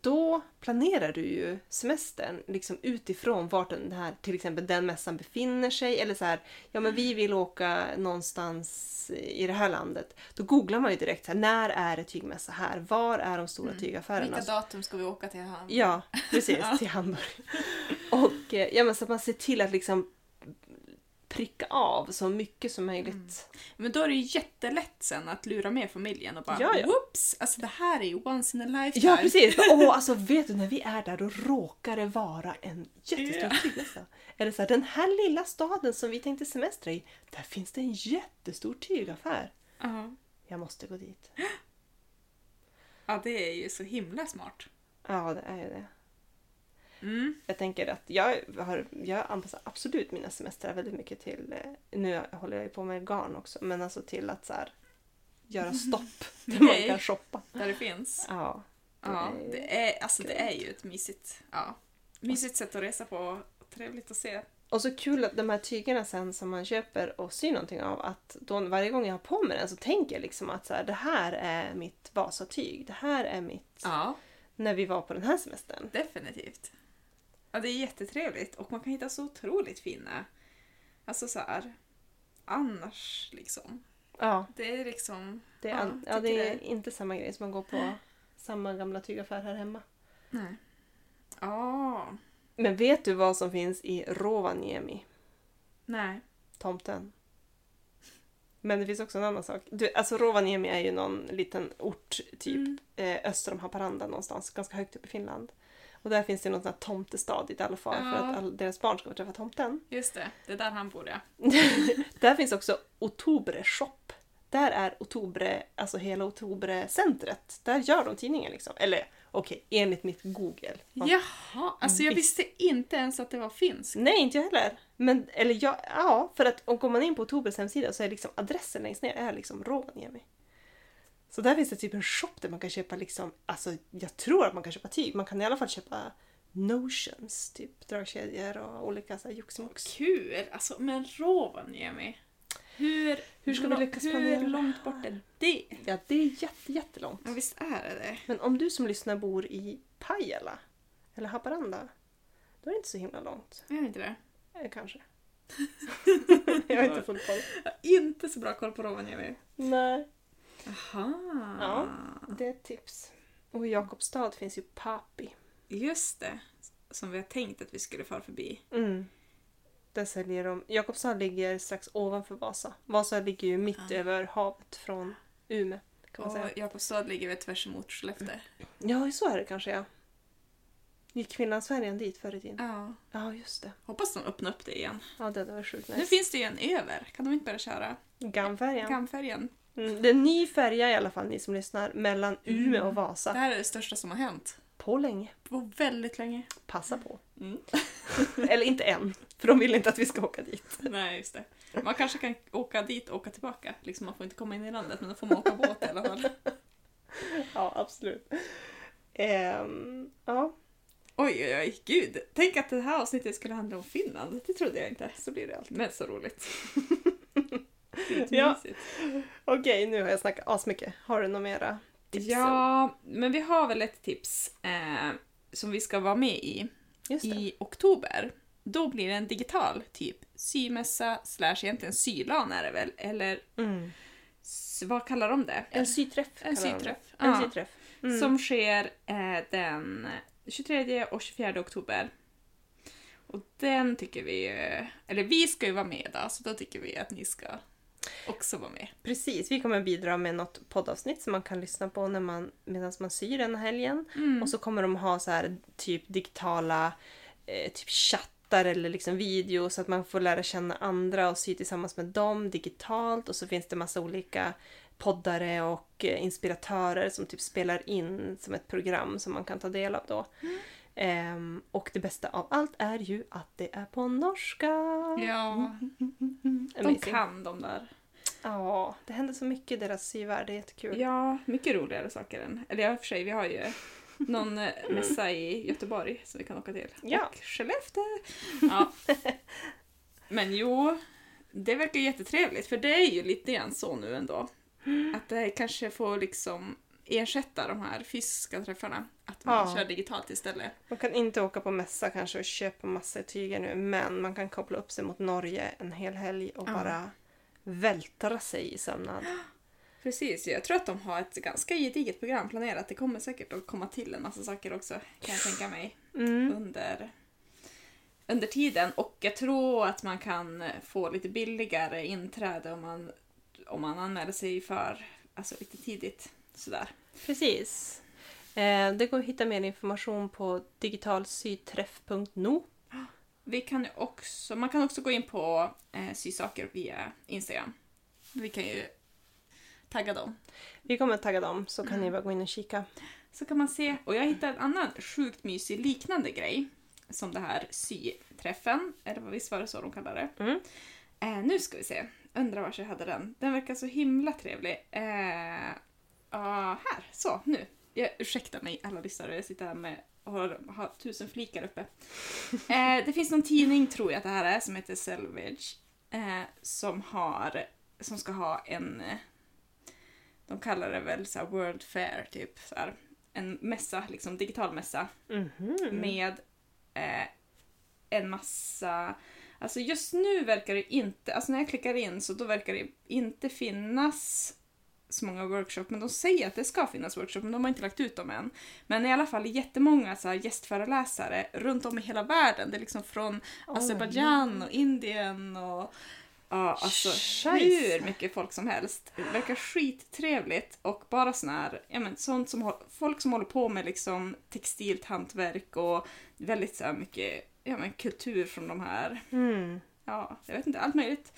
Då planerar du ju semestern liksom utifrån vart den här, till exempel den mässan befinner sig. Eller så här, ja men Mm. vi vill åka någonstans i det här landet. Då googlar man ju direkt, så här, när är det tygmässa här? Var är de stora tygaffärerna? Mm. Vilka datum ska vi åka till Hamburg? Ja, precis. Ja. Till Hamburg. Och eh, ja, men så att man ser till att liksom pricka av så mycket som möjligt. Men då är det ju jättelätt sen att lura med familjen och bara Ja, ja. whoops, alltså det här är ju once in a lifetime. Ja, precis! Åh, alltså vet du, när vi är där då råkar det vara en Ja. jättestor tygmässa. Eller så här, den här lilla staden som vi tänkte semestra i, där finns det en jättestor tygaffär. Ja. Jag måste gå dit. Ja, det är ju så himla smart. Ja, det är ju det. Mm. Jag tänker att jag, har, jag anpassar absolut mina semestrar väldigt mycket till, eh, nu håller jag ju på med garn också, men alltså till att så här, göra stopp där man Nej. kan shoppa. Där det finns. Ja. Ja, Det är- det är, alltså det är ju ett mysigt, ja, mysigt sätt att resa på. Trevligt att se. Och så kul att de här tygerna sen som man köper och syr någonting av, att då, varje gång jag har på mig den så tänker jag liksom att så här, det här är mitt Vasatyg, det här är mitt, Ja, när vi var på den här semestern. definitivt. Ja, det är jättetrevligt och man kan hitta så otroligt fina, alltså så här, annars liksom. Ja, Det är liksom, det är, Ja, an- ja, tycker det är det. inte samma grej som man går på samma gamla tygaffär här hemma. nej. Ja, Men vet du vad som finns i Rovaniemi? nej. Tomten. Men det finns också en annan sak. Du, alltså Rovaniemi är ju någon liten ort typ Mm. eh, öster om Haparanda någonstans, ganska högt upp i Finland. Och där finns det någon sån här tomtestad dit alla far för Ja. att all, deras barn ska få träffa tomten. Just det, det är där han bor ja. Där finns också Otobre shop. Där är Otobre, alltså hela Otobre-centret. Där gör de tidningar liksom. Eller okej, enligt mitt Google. Man Jaha, alltså jag Visst. visste inte ens att det var finsk. Nej, inte jag heller. Men, eller jag, ja, för att om går man in på Tobes hemsida så är liksom adressen längst ner är liksom Rovaniemi. Så där finns det typ en shop där man kan köpa liksom, alltså jag tror att man kan köpa tyg. Man kan i alla fall köpa notions, typ dragkedjor och olika så här joximox. Kul! Alltså, men Rovaniemi. Hur, Hur ska vi lo- lyckas planera hur det långt bort är det? Ja, det är jätte, jättelångt. Ja, visst är det det. Men om du som lyssnar bor i Pajala eller Haparanda, då är det inte så himla långt. Är det inte det? Eh, Kanske. jag har inte full koll. Jag har inte så bra koll på Rovaniemi. Nej. Aha. Ja. Det är ett tips. Och i Jakobstad finns ju Papi. Just det. Som vi har tänkt att vi skulle fara förbi. Mm. Där säljer de. Jakobstad ligger strax ovanför Vasa. Vasa ligger ju mitt över havet från Umeå. Kan man säga. Och Jakobstad ligger väl tvärs emot Skellefteå. Ja, så är det kanske ja. Gick Finlandsfärjan dit förr i tiden? Ja. Ja, just det. Hoppas de öppnar upp det igen. Ja, det var sjukt Nu nice. finns det ju en över. Kan de inte börja köra Gamfärjan. Gamfärjan? Mm, det är en ny färja i alla fall, ni som lyssnar, mellan Umeå och Det Vasa. här är det största som har hänt. På länge. På väldigt länge. Passa på. Mm. Eller inte än, för de vill inte att vi ska åka dit. Nej, just det. Man kanske kan åka dit och åka tillbaka. Liksom, man får inte komma in i landet, men då får man åka båt i alla fall. Ja, absolut. Ehm, ja. Oj, oj, oj, gud. Tänk att det här avsnittet skulle handla om Finland. Det trodde jag inte. Så blir det alltid. Men så roligt. Ja. ja. Okej, nu har jag snackat asmycket. Har du några mera tips? ja, men vi har väl ett tips eh, som vi ska vara med i Just det. i oktober. Då blir det en digital typ symässa slash egentligen sylan är det väl? Eller Mm. s- vad kallar de det? En syträff. En kallar de det. syträff. En Ja. syträff. Mm. som sker eh, den 23 och 24 oktober. Och den tycker vi, eh, eller vi ska ju vara med då, så då tycker vi att ni ska också vara med. Precis, vi kommer bidra med något poddavsnitt som man kan lyssna på när man, medan man syr den helgen. Mm. Och så kommer de ha så här typ digitala eh, typ chattar eller liksom video så att man får lära känna andra och sy tillsammans med dem digitalt. Och så finns det massa olika poddare och eh, inspiratörer som typ spelar in som ett program som man kan ta del av då. Mm. Ehm, och det bästa av allt är ju att det är på norska! Ja, de Amazing. kan de där. Ja, det händer så mycket i deras syvärld, det är jättekul. Ja, mycket roligare saker än... Eller ja, i och för sig, vi har ju någon eh, mässa i Göteborg som vi kan åka till. Ja. Och Skellefteå! Ja. Men jo, det verkar jättetrevligt för det är ju lite grann så nu ändå. Att det kanske får liksom ersätta de här fysiska träffarna. Att man Ja. kör digitalt istället. Man kan inte åka på mässa kanske och köpa massa tyger nu, men man kan koppla upp sig mot Norge en hel helg och Ja. bara vältra sig i sömnad. Precis, jag tror att de har ett ganska gediget program planerat. Det kommer säkert att komma till en massa saker också kan jag tänka mig. Mm. under, under tiden. Och jag tror att man kan få lite billigare inträde om man, om man anmäler sig för alltså, lite tidigt. Sådär. Precis. Eh, det går att hitta mer information på digitalsyträff.no. Vi kan ju också, man kan också gå in på eh, sysaker via Instagram. Vi kan ju tagga dem. Vi kommer att tagga dem så kan ni bara gå in och kika. Så kan man se. Och jag hittade en annan sjukt mysig liknande grej. Som det här syträffen, eller vad visst var det så de kallade det? Mm. Eh, nu ska vi se. Undrar vart jag hade den. Den verkar så himla trevlig. Eh, ja, här, så nu. Jag, ursäkta mig alla lyssnare, jag sitter här med och har, har tusen flikar uppe. Eh, det finns någon tidning, tror jag att det här är, som heter Selvage. Eh, som har, som ska ha en, eh, de kallar det väl så här World Fair, typ. Så här, en mässa, liksom digital mässa Mm-hmm. med eh, en massa... Alltså just nu verkar det inte... Alltså när jag klickar in så då verkar det inte finnas så många workshop, men de säger att det ska finnas workshop, men de har inte lagt ut dem än. Men i alla fall jättemånga så här gästföreläsare runt om i hela världen. Det är liksom från Oj. Azerbajdzjan och Indien och... Ja, alltså Scheisse. hur mycket folk som helst. Det verkar skittrevligt och bara sån här, ja men sånt som hå- folk som håller på med liksom textilt hantverk och väldigt så här mycket, ja men kultur från de här, Mm. ja jag vet inte, allt möjligt.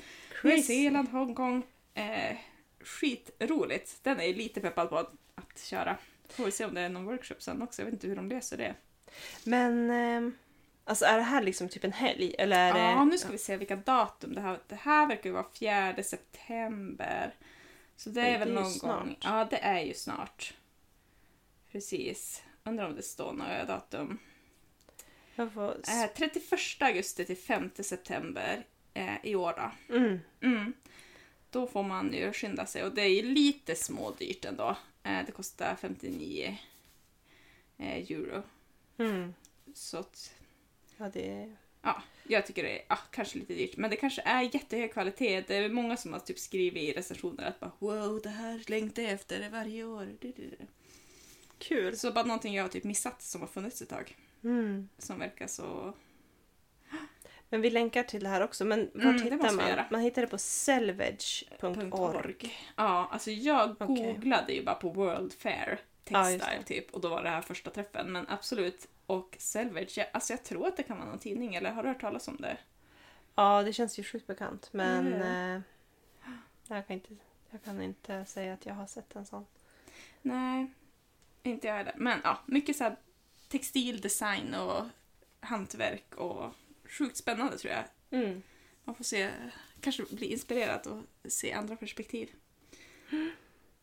Nya Crazy. Zeeland, Hongkong. Eh, skitroligt. Den är jag lite peppad på att, att köra. Får vi se om det är någon workshop sen också. Jag vet inte hur de löser det. Men ehm, alltså är det här liksom typ en helg? Eller är det... Ja, nu ska vi se vilka datum det här... Det här verkar ju vara 4 september. Så det Oj, är väl det är ju någon gång... snart. Ja, det är ju snart. Precis. Undrar om det står några datum. Jag får... Eh, 31 augusti till 5 september eh, i år då. Mm. Mm. Då får man ju skynda sig och det är ju lite smådyrt ändå. Eh, Det kostar 59 eh, euro. Mm. Så att, Ja, det är... ja, jag tycker det är ja, kanske lite dyrt. Men det kanske är jättehög kvalitet. Det är många som har typ skrivit i recensioner att bara wow, det här längtar jag efter det varje år. Du, du, du. Kul. Så bara någonting jag har typ missat som har funnits ett tag. Mm. Som verkar så... Men vi länkar till det här också. Men vart Mm, det hittar måste vi man? göra. Man hittar det på selvage.org. .org. Ja, alltså jag Okej. googlade ju bara på World Fair Ja, Textile just det. typ och då var det här första träffen. Men absolut. Och Selvage, jag, alltså jag tror att det kan vara någon tidning eller har du hört talas om det? Ja, det känns ju sjukt bekant. Men Mm. eh, jag, kan inte, jag kan inte säga att jag har sett en sån. Nej, inte jag heller. Men ja, mycket så här textildesign och hantverk och sjukt spännande tror jag. Man får se, kanske bli inspirerad och se andra perspektiv.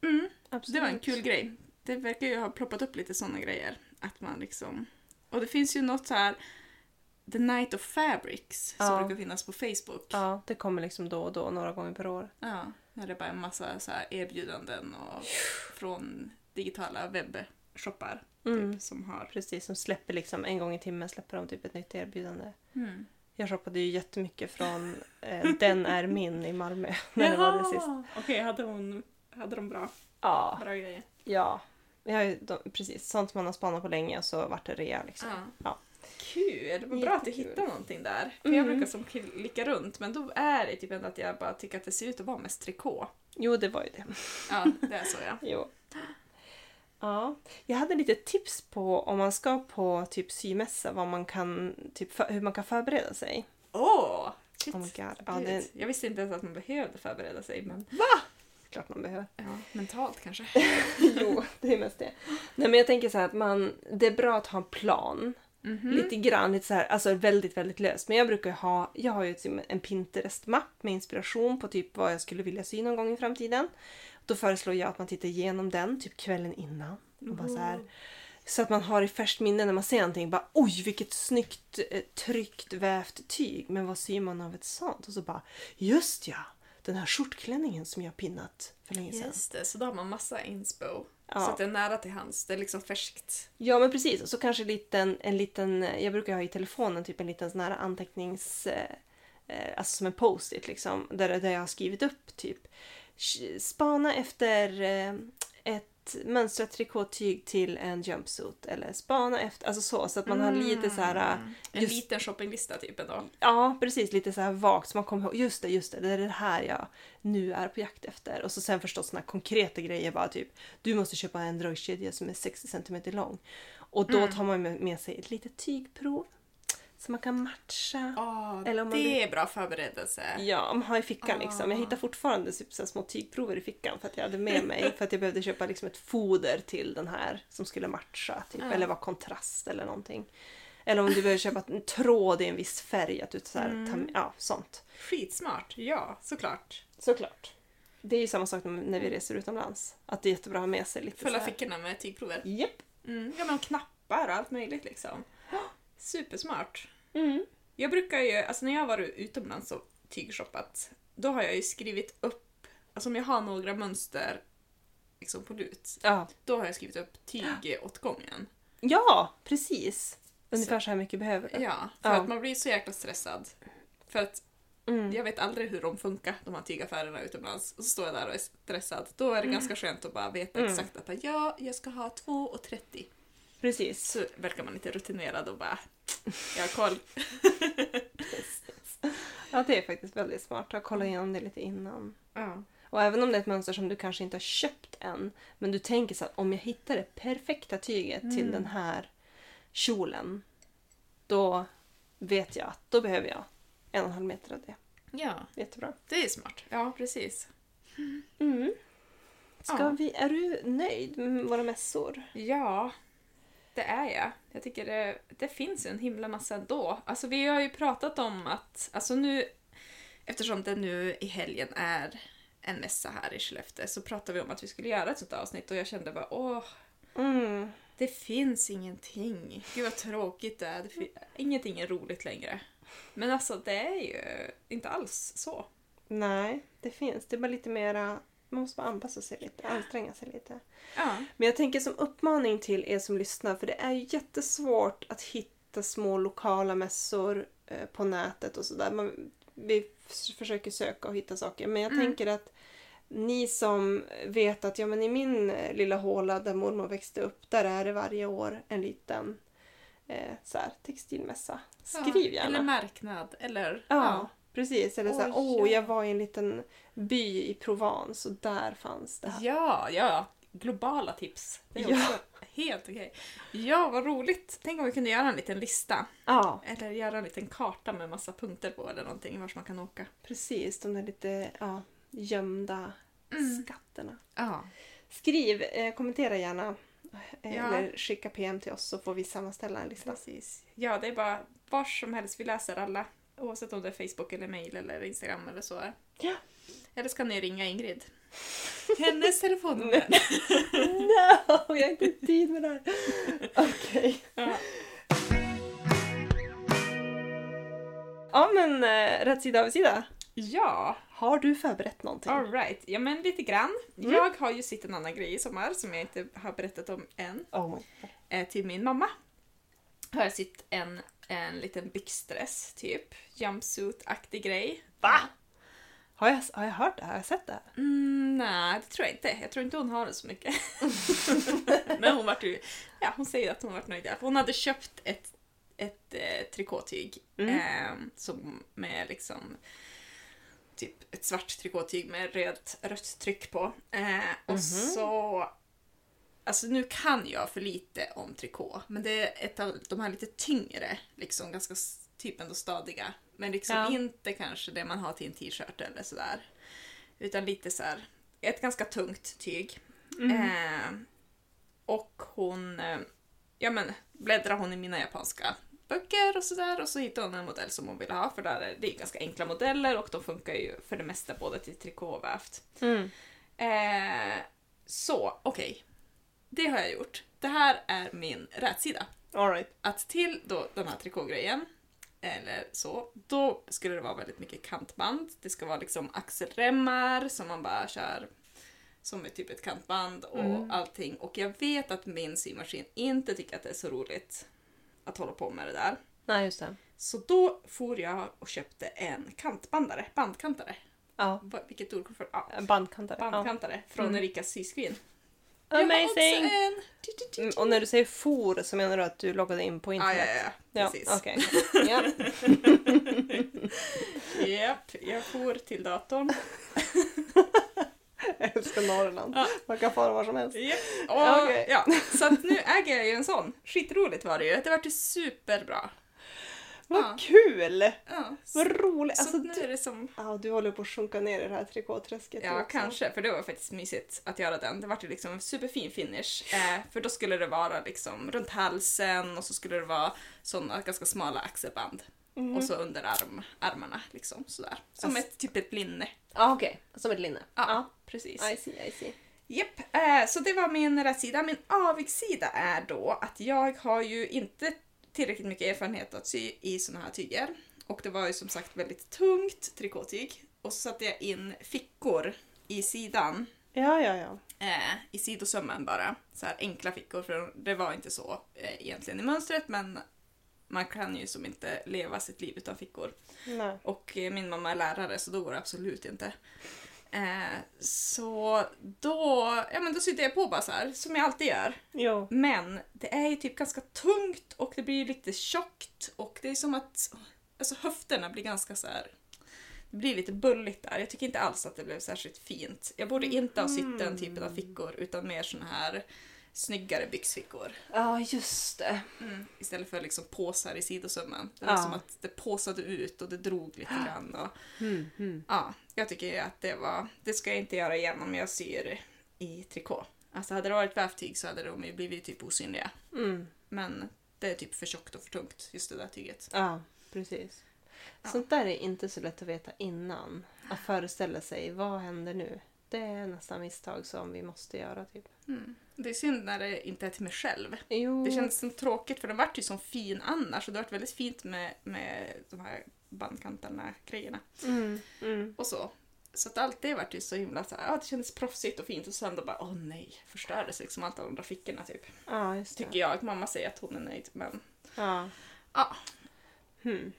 Mm. Så Absolut. det var en kul grej. Det verkar ju ha ploppat upp lite sådana grejer. Att man liksom... Och det finns ju något så här The Night of Fabrics som Ja. brukar finnas på Facebook. Ja, det kommer liksom då och då, några gånger per år. Ja, när det bara är en massa så här erbjudanden och från digitala webbshoppar Mm. typ, som har... Precis, som släpper liksom en gång i timmen släpper de typ ett nytt erbjudande. Mm. Jag shoppade ju jättemycket från eh, Den är min i Malmö när det var det sist. Ah. Okej, hade, hon, hade de bra, Ja, bra grejer? ja. Jag, har ju- de, precis, sånt man har spanat på länge och så vart det rea liksom. Ja. Ja. Kul! Vad bra att du Jättekul. hittade någonting där. För Jag Mm. brukar som klicka runt men då är det typ ändå att jag bara tycker att det ser ut att vara mest trikå. Jo, det var ju det. Ja, det är så ja. Jo. Ja. Jag hade lite tips på om man ska på typ symässa vad man kan, typ, för, hur man kan förbereda sig. Åh! shit. Oh my God. Ja, Gud. det är Jag visste inte ens att man behövde förbereda sig men klart man behöver. ja, mentalt kanske. jo, det är mest det. Nej, men jag tänker så här att man, det är bra att ha en plan. Mhm. Lite grann, lite så här, alltså väldigt, väldigt löst. Men jag brukar ju ha, jag har ju typ en Pinterest-mapp med inspiration på typ vad jag skulle vilja sy någon gång i framtiden. Då föreslår jag att man tittar igenom den typ kvällen innan. Och bara så, här, så att man har i färskt minne när man ser någonting. Bara, Oj, vilket snyggt eh, tryckt vävt tyg. Men vad syr man av ett sånt? Och så bara, just ja! Den här skjortklänningen som jag pinnat för länge sedan. Just det, så då har man massa inspo. Ja. Så att det är nära till hands. Det är liksom färskt. Ja men precis, och så kanske en liten, en liten, jag brukar ha i telefonen typ en liten sån här antecknings, eh, eh, alltså som en post-it liksom, där, där jag har skrivit upp typ sh- spana efter eh, ett mönstrat trikåtyg till en jumpsuit eller spana efter, alltså så, så att man har lite så här, eh, En just- liten shoppinglista typ ändå. ja precis, lite så här vagt så man kommer ihåg, just det, just det, det är det här jag nu är på jakt efter. Och så sen förstås såna här konkreta grejer bara typ, du måste köpa en dragkedja som är 60 cm lång. Och Mm. då tar man med- med sig ett litet tygprov som man kan matcha. Ah, Eller om man det vill- är bra förberedelse. Ja, man har i fickan Ah. liksom. Jag hittar fortfarande typ så här små tygprover i fickan för att jag hade med mig för att jag behövde köpa liksom ett foder till den här som skulle matcha typ, Ja. eller vara kontrast eller någonting. Eller om du behöver köpa en tråd i en viss färg, att du så här, Mm. tar, ja, sånt. Skitsmart, ja såklart. Såklart. Det är ju samma sak när- när vi reser utomlands. Att det är jättebra att ha med sig lite Fulla så här- fickorna med tygprover. Japp. Mm. Ja men knappar och allt möjligt liksom. Supersmart. Mm. Jag brukar ju, alltså när jag har varit utomlands och tygshoppat, då har jag ju skrivit upp, alltså om jag har några mönster liksom på lut, Ja. då har jag skrivit upp tygåtgången. ja, precis. Ungefär så här mycket behöver du. Ja, för Ja. att man blir så jäkla stressad. För att Mm. jag vet aldrig hur de funkar, de här tygaffärerna utomlands. Och så står jag där och är stressad. Då är det ganska skönt att bara veta Mm. exakt att ja, jag ska ha 2,30. Precis. Så verkar man lite rutinerad och bara, jag har koll. Ja, det är faktiskt väldigt smart att kolla igenom det lite innan. Ja. Och även om det är ett mönster som du kanske inte har köpt än, men du tänker så att om jag hittar det perfekta tyget Mm. till den här kjolen, då vet jag att då behöver jag en och en halv meter av det. ja, Jättebra. det är smart. Ja, precis. Mm. Ska Ja. vi, är du nöjd med våra mässor? Ja, det är jag. Jag tycker det, det finns en himla massa ändå. Alltså vi har ju pratat om att, alltså nu, eftersom det nu i helgen är en mässa här i Skellefteå så pratade vi om att vi skulle göra ett sånt här avsnitt och jag kände bara åh, Mm. det finns ingenting. Gud vad tråkigt det är. Det fin- Ingenting är roligt längre. Men alltså det är ju inte alls så. Nej, det finns. Det är bara lite mera... Man måste bara anpassa sig lite, anstränga sig lite. Ja. Men jag tänker som uppmaning till er som lyssnar, för det är ju jättesvårt att hitta små lokala mässor eh, på nätet och sådär. Man- Vi f- försöker söka och hitta saker, men jag Mm. tänker att ni som vet att ja, men i min eh, lilla håla där mormor växte upp, där är det varje år en liten eh, så här, textilmässa. Skriv Ja, gärna. Eller marknad. Eller... Ja, precis. Eller så här, Oj, åh, ja. jag var i en liten by i Provence och där fanns det Ja, här. ja. ja. Globala tips. Det är Ja. också helt okej. Ja, vad roligt. Tänk om vi kunde göra en liten lista. Ja, Eller göra en liten karta med massa punkter på eller någonting vars man kan åka. precis. De där lite ja, gömda Mm. skatterna. Ja. Skriv, eh, kommentera gärna. Eh, Ja. Eller skicka PM till oss så får vi sammanställa en lista. Precis. Ja, det är bara var som helst. Vi läser alla. Oavsett om det är Facebook eller mail eller Instagram eller så. Ja. Eller ska ni ringa Ingrid? Hennes telefonnummer. No, jag har inte tid med det här. Okej. Ja. Ja men, eh, rätt sida av sida. Ja, Har du förberett någonting? alright. Ja, men lite grann. Mm. Jag har ju sett en annan grej i sommar som jag inte har berättat om än. Oh my God. eh, till min mamma. Har jag sytt en, en liten byxdress, typ. Jumpsuit-aktig grej. Va? Har jag, har jag hört det här? Har jag sett det här? Mm, nej, det tror jag inte. Jag tror inte hon har det så mycket. Men hon vart ju... Ja, hon säger att hon vart nöjd. För hon hade köpt ett ett eh, trikåtyg. Mm. Eh, som med liksom typ ett svart trikåtyg med rött, rött tryck på. Eh, och Mhm. så... Alltså nu kan jag för lite om trikå, men det är ett av de här lite tyngre, liksom ganska s- typ ändå stadiga. Men liksom Ja. inte kanske det man har till en t-shirt eller sådär. Utan lite så här, ett ganska tungt tyg. Mhm. Eh, och hon, eh, ja men bläddrar hon i mina japanska böcker och sådär och så hittar hon en modell som hon vill ha för där är, det är ganska enkla modeller och de funkar ju för det mesta både till trikå och vävt. Mm. Eh, så, okej. Det har jag gjort. Det här är min rätsida. All right. Att till då den här trikågrejen, eller så, då skulle det vara väldigt mycket kantband. Det ska vara liksom axelremmar som man bara kör som är typ ett kantband och Mm. allting. Och jag vet att min symaskin inte tycker att det är så roligt att hålla på med det där. Nej, just det. Så då for jag och köpte en kantbandare, bandkantare. Ja. Va- Vilket ord? För, ja, Bandkantare. Ja. bandkantare från Mm. Erikas syskrin. Jag har Amazing! också en! Tu, tu, tu, Mm, tu. Och när du säger for så menar du att du loggade in på Ah, Ja, ja, internet? ja, precis. Okej. Ja. Japp, jag for till datorn. Jag älskar Norrland. Ja. Man kan fara var som helst. Japp. Och, Okej. ja, så att nu äger jag ju en sån. Skitroligt var det ju. Det vart ju superbra. Ja. Vad kul! Ja. Så, Vad roligt! Alltså, så nu är du... det som... Ja, du håller på att sjunka ner i det här trikåträsket. du Ja, också. kanske. För det var faktiskt mysigt att göra den. Det vart ju liksom en superfin finish. Eh, för då skulle det vara liksom runt halsen och så skulle det vara såna ganska smala axelband. Mhm. Och så under arm, armarna liksom sådär. Som Alltså- ett, typ ett linne. Ja, okej. Som ett linne. Ja, precis. I see, I see. Japp, eh, så det var min rättsida. Min avigsida är då att jag har ju inte tillräckligt mycket erfarenhet att sy i såna här tyger. Och det var ju som sagt väldigt tungt trikåtyg. Och så satte jag in fickor i sidan, Ja, ja, ja. eh, i sidosömmen bara. Så här enkla fickor, för det var inte så eh, egentligen i mönstret men man kan ju som inte leva sitt liv utan fickor. Nej. Och eh, min mamma är lärare så då går det absolut inte. Eh, så då, ja, men då sydde jag på bara så här, som jag alltid gör. Jo. Men det är ju typ ganska tungt och det blir ju lite tjockt och det är som att alltså, höfterna blir ganska så här. Det blir lite bulligt där. Jag tycker inte alls att det blev särskilt fint. Jag borde inte ha sytt den typen av fickor utan mer såna här snyggare byxfickor. Ja, just det. Mm. Istället för liksom påsar i sidosömmen. Det var Ja. som att det påsade ut och det drog lite grann. Och, Mm, Ja, jag tycker att det var... Det ska jag inte göra igen om jag syr i trikå. Alltså hade det varit vävtyg så hade de ju blivit typ osynliga. Mm. Men det är typ för tjockt och för tungt, just det där tyget. Ja, precis. Ja. Sånt där är inte så lätt att veta innan. Att föreställa sig, vad händer nu? Det är nästan misstag som vi måste göra. Typ. Mm. Det är synd när det inte är till mig själv. Jo. Det känns som tråkigt för den vart ju som fin annars och det vart väldigt fint med, med de här bandkantarna, grejerna Mm, mm. och så. Så att allt det vart ju så himla så här, ja det kändes proffsigt och fint och sen då bara åh nej, förstördes liksom allt av de där fickorna typ. Ja, just det. Tycker jag, mamma säger att hon är nöjd men Ja. Ja. Hmm.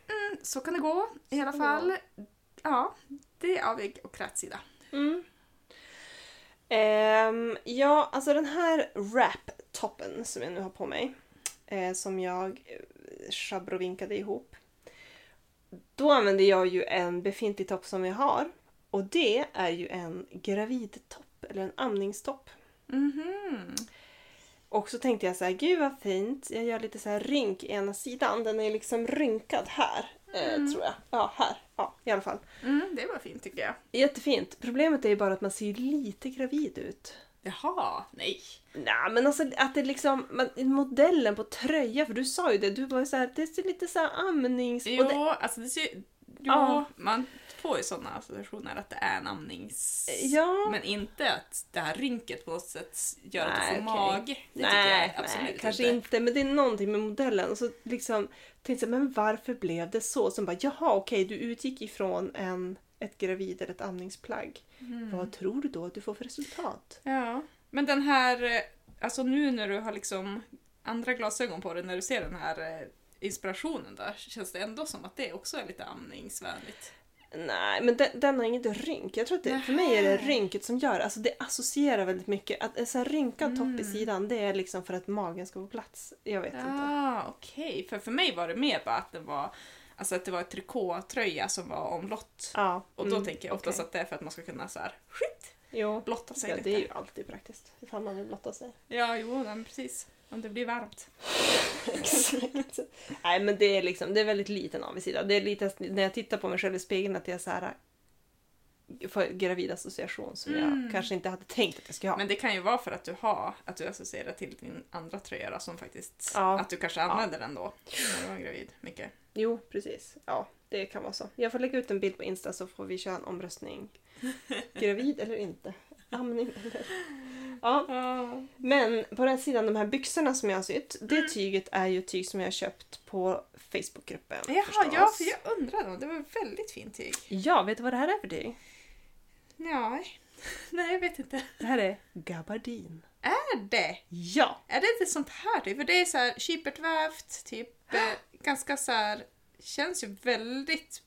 Så kan det gå i alla Så kan det fall. Ja, det är avig och krätsida. Mm. Ehm, ja, alltså den här wrap-toppen som jag nu har på mig, eh, som jag eh, schabrovinkade ihop. Då använder jag ju en befintlig topp som jag har. Och det är ju en gravidtopp, eller en amningstopp. Mhm. Och så tänkte jag så här, gud vad fint. Jag gör lite så här rynk i ena sidan. Den är liksom rynkad här, eh, tror jag. Ja, här. Ja, i alla fall. Mm, det var fint tycker jag. Jättefint. Problemet är ju bara att man ser ju lite gravid ut. Jaha, nej. Nej men alltså att det liksom, man, modellen på tröja, för du sa ju det, du var ju såhär, det ser lite såhär amnings... Jo, Och det, alltså det ser Jo, Ja. man får ju sådana associationer att det är en amnings... Ja. Men inte att det här rynket på något sätt gör att du Nej, får okej. mag. Det nej, tycker jag absolut nej, kanske inte. Men det är någonting med modellen. Och så liksom tänkte jag, men varför blev det så? Sen bara, jaha okej, du utgick ifrån en, ett gravid eller ett amningsplagg. Vad tror du då att du får för resultat? Ja. Men den här, eh, alltså nu när du har liksom andra glasögon på dig, när du ser den här eh, inspirationen där, känns det ändå som att det också är lite amningsvänligt? Nej, men den, den har inget rynk. Jag tror att det, för mig är det Nähä. rynket som gör det. Alltså det associerar väldigt mycket. Att en sån här rynkad topp i Mm. sidan, det är liksom för att magen ska få plats. Jag vet inte. Ah, okej. För för mig var det mer bara att det var, alltså att det var ett trikåtröja som var omlott. Ja. Och då mm, tänker jag oftast okej. att det är för att man ska kunna så här, skit, Jo. blotta sig Ja, lite. det är ju alltid praktiskt. Ifall man vill blotta sig. Ja, jo, nej, men precis. Om det blir varmt. Exakt. Nej men det är liksom, det är väldigt liten avigsida. Det är lite, när jag tittar på mig själv i spegeln att jag är så här får gravid association som Mm. jag kanske inte hade tänkt att jag skulle ha. Men det kan ju vara för att du har, att du associerar till din andra tröja då, som faktiskt, Ja. att du kanske använder den då när du var gravid. Mycket. Jo, precis. Ja, det kan vara så. Jag får lägga ut en bild på Insta så får vi köra en omröstning. Gravid eller inte? Amning eller... Ja, men på den här sidan, de här byxorna som jag har sytt, Mm. det tyget är ju tyg som jag har köpt på Facebookgruppen. Jaha, förstås. ja, för jag undrade om det var väldigt fint tyg. Ja, vet du vad det här är för tyg? Nej. Nej, jag vet inte. Det här är gabardin. Är det? Ja! Är det inte sånt här tyg? För det är så här kypert vävt, typ eh, ganska så här, känns ju väldigt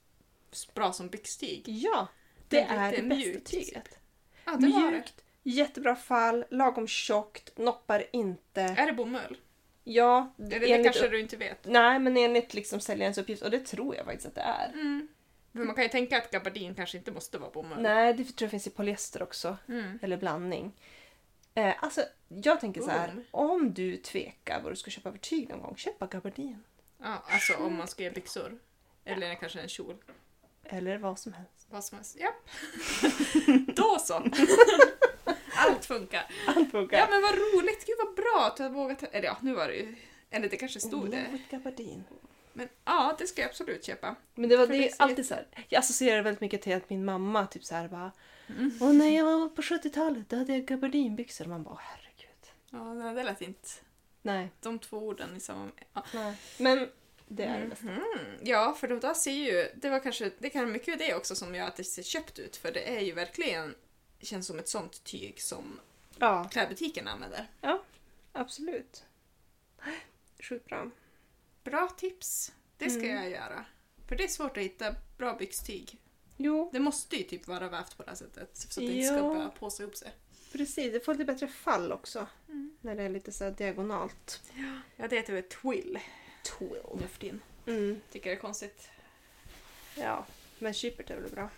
bra som byxtyg. Ja! Det, Det är är lite det bästa eh, mjukt. tyget. Ja, det var det. Mjukt, jättebra fall, lagom tjockt, noppar inte. Är det bomull? Ja, Eller det kanske du inte vet. Nej, men enligt liksom säljarens uppgift, och det tror jag faktiskt att det är. Mm. Men man kan ju tänka att gabardin kanske inte måste vara bomull. Nej, det tror jag finns i polyester också, Mm. eller blandning. Eh, alltså, jag tänker så här, Boom. om du tvekar vad du ska köpa för tyg någon gång, köpa gabardin. Ja, alltså om man ska göra byxor. Eller kanske en kjol. Eller vad som helst. Vad som helst. Japp. Då så! Allt funkar. Allt funkar. Ja men vad roligt! Gud vad bra att du har vågat. Eller ja, nu var det ju... Eller det kanske stod det. Något gabardin. Men ja, det ska jag absolut köpa. Men det var För det det, ser alltid så här. Jag associerar väldigt mycket till att min mamma typ så här bara Mm. Åh nej, jag var på 70-talet, då hade jag gabardinbyxor. Och man bara, "Åh, herregud. Ja, nej, det lät inte... Nej, De två orden i samma... Ja. nej. Men det är det bästa. Mhm. ja, för de där ser ju... Det var kanske... Det kan mycket av det också som gör att det ser köpt ut. För det är ju verkligen... Känns som ett sånt tyg som Ja, klädbutiken använder. ja absolut. Sjukt bra. Bra tips! Det ska Mm. jag göra. För det är svårt att hitta bra byxtyg. Jo, Det måste ju typ vara vävt på det här sättet så att det inte ska Ja. börja påsa ihop sig. precis. Det får lite bättre fall också. Mm. När det är lite så här diagonalt. Ja, det heter väl twill Twill. nu för tiden. Mm, Tycker det är konstigt. ja. Men kypert är väl bra.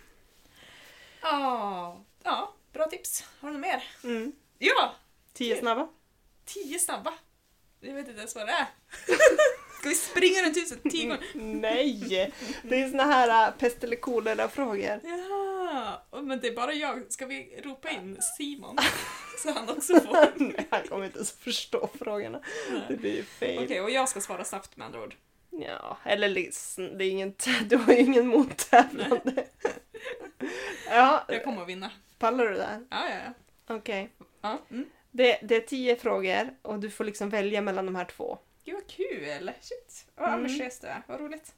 Ja, ja, bra tips. Har du något mer? Mm. Ja! Tio snabba. Tio snabba. Jag vet inte ens vad det är. Ska vi springa runt huset tio gånger? Mm. Nej! Det är såna här äh, pest eller kolera-frågor. Mm. Ja, och men det är bara jag. Ska vi ropa in Simon? Så han också får. Nej, han kommer inte ens förstå frågorna. Det blir ju fel. Okej, och jag ska svara snabbt med andra ord. Ja, eller liksom, det är ingen, t- du har ju ingen mottävlande. ja, Jag kommer att vinna. pallar du där? Ja, ja, ja. Okej. ja. Mm. Det, det är tio frågor och du får liksom välja mellan de här två. Gud vad kul! Shit, vad Mm. ambitiöst du är. Vad roligt.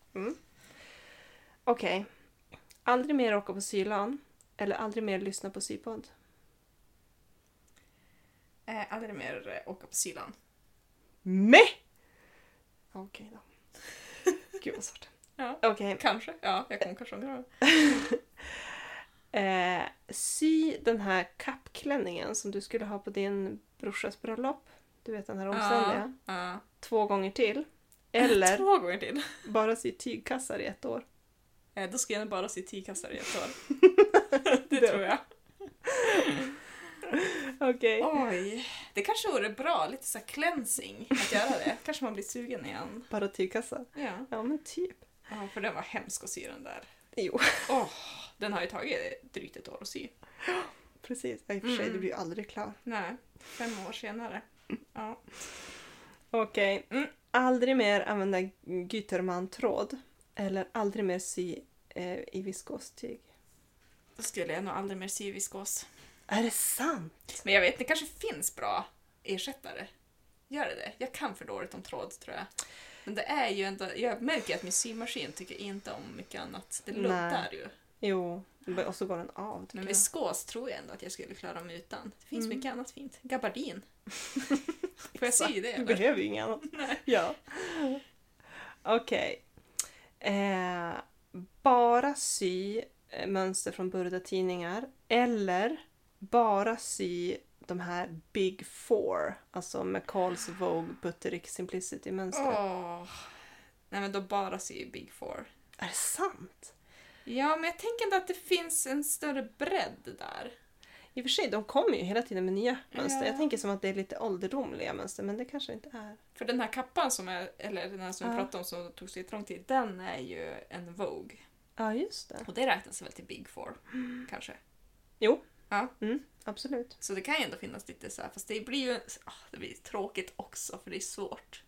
Okej. Aldrig mer åka på sylan eller aldrig mer lyssna på sypodd. Eh, aldrig mer eh, åka på Sylan. Meh! Okej då. Gud vad svårt. Ja. Okej. Kanske. Ja, jag kommer kanske ångra mig. Eh, sy den här kappklänningen som du skulle ha på din brorsas bröllop. Du vet den här omständiga. Ja. Två gånger till. Eller Eh, Två gånger till. Bara sy tygkassar i ett år. Eh, då ska jag nog bara se tygkassar i ett år. det tror jag. Okej. Oj. Det kanske vore bra, lite så här cleansing, att göra det. Kanske man blir sugen igen. Bara tygkassar? Ja. Ja men typ. ja för den var hemsk att sy den där. Jo, Åh, den har ju tagit drygt ett år att sy. precis. Ja, I och för sig, Mm. du blir ju aldrig klar. Nej, fem år senare. Ja. Okej. Mm. Aldrig mer använda Güterman-tråd. Eller aldrig mer sy eh, i viskostyg. Då skulle jag nog aldrig mer sy viskos. Är det sant? Men jag vet, det kanske finns bra ersättare. Gör det det? Jag kan för dåligt om tråd tror jag. Men det är ju ändå, jag märker ju att min symaskin tycker inte om mycket annat. Det Nej. luddar ju. Jo. Och så går den av. Men tycker jag. viskos tror jag ändå att jag skulle klara mig utan. Det finns Mm. mycket annat fint. Gabardin. Får jag sy det Du eller? behöver ju inget annat. ja. Okej. Eh, bara sy eh, mönster från Burda-tidningar. Eller bara sy de här Big Four, alltså McCalls, Vogue, Butterick, Simplicity-mönster. Åh. Nej men då bara sy Big Four. Är det sant? Ja, men jag tänker ändå att det finns en större bredd där. I och för sig, de kommer ju hela tiden med nya mönster. Ja. Jag tänker som att det är lite ålderdomliga mönster, men det kanske inte är. För den här kappan som är, eller den här som vi Ja. pratade om som tog sig lång tid, den är ju en Vogue. Ja, just det. Och det räknas väl till Big Four, Mm. kanske. Jo. Ja. Mm, absolut. Så det kan ju ändå finnas lite så här, fast det blir ju ah, det blir tråkigt också för det är svårt.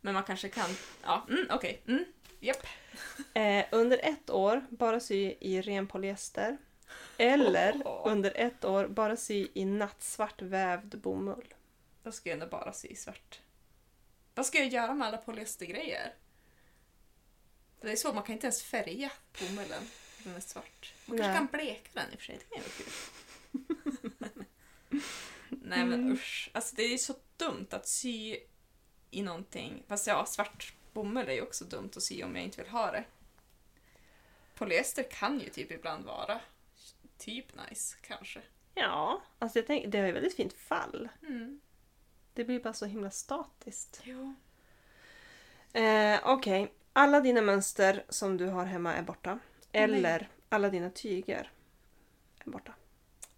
Men man kanske kan, ja, mm, okej, mm, japp. Eh, under ett år bara sy i ren polyester. Eller Åh. under ett år bara sy i nattsvart vävd bomull. Då ska jag ändå bara sy svart. Vad ska jag göra med alla polyestergrejer? Det är så, man kan inte ens färga bomullen. Den är svart. Man kanske Nej. kan bleka den i och för sig, det kan ju vara kul. Nej men usch. Alltså det är ju så dumt att sy i någonting. Fast ja, svart bomull är ju också dumt att sy om jag inte vill ha det. Polyester kan ju typ ibland vara typ nice, kanske. Ja, alltså jag tänker, det är ett väldigt fint fall. Mm. Det blir bara så himla statiskt. Jo. Eh, Okej, alla dina mönster som du har hemma är borta. Eller alla dina tyger är borta.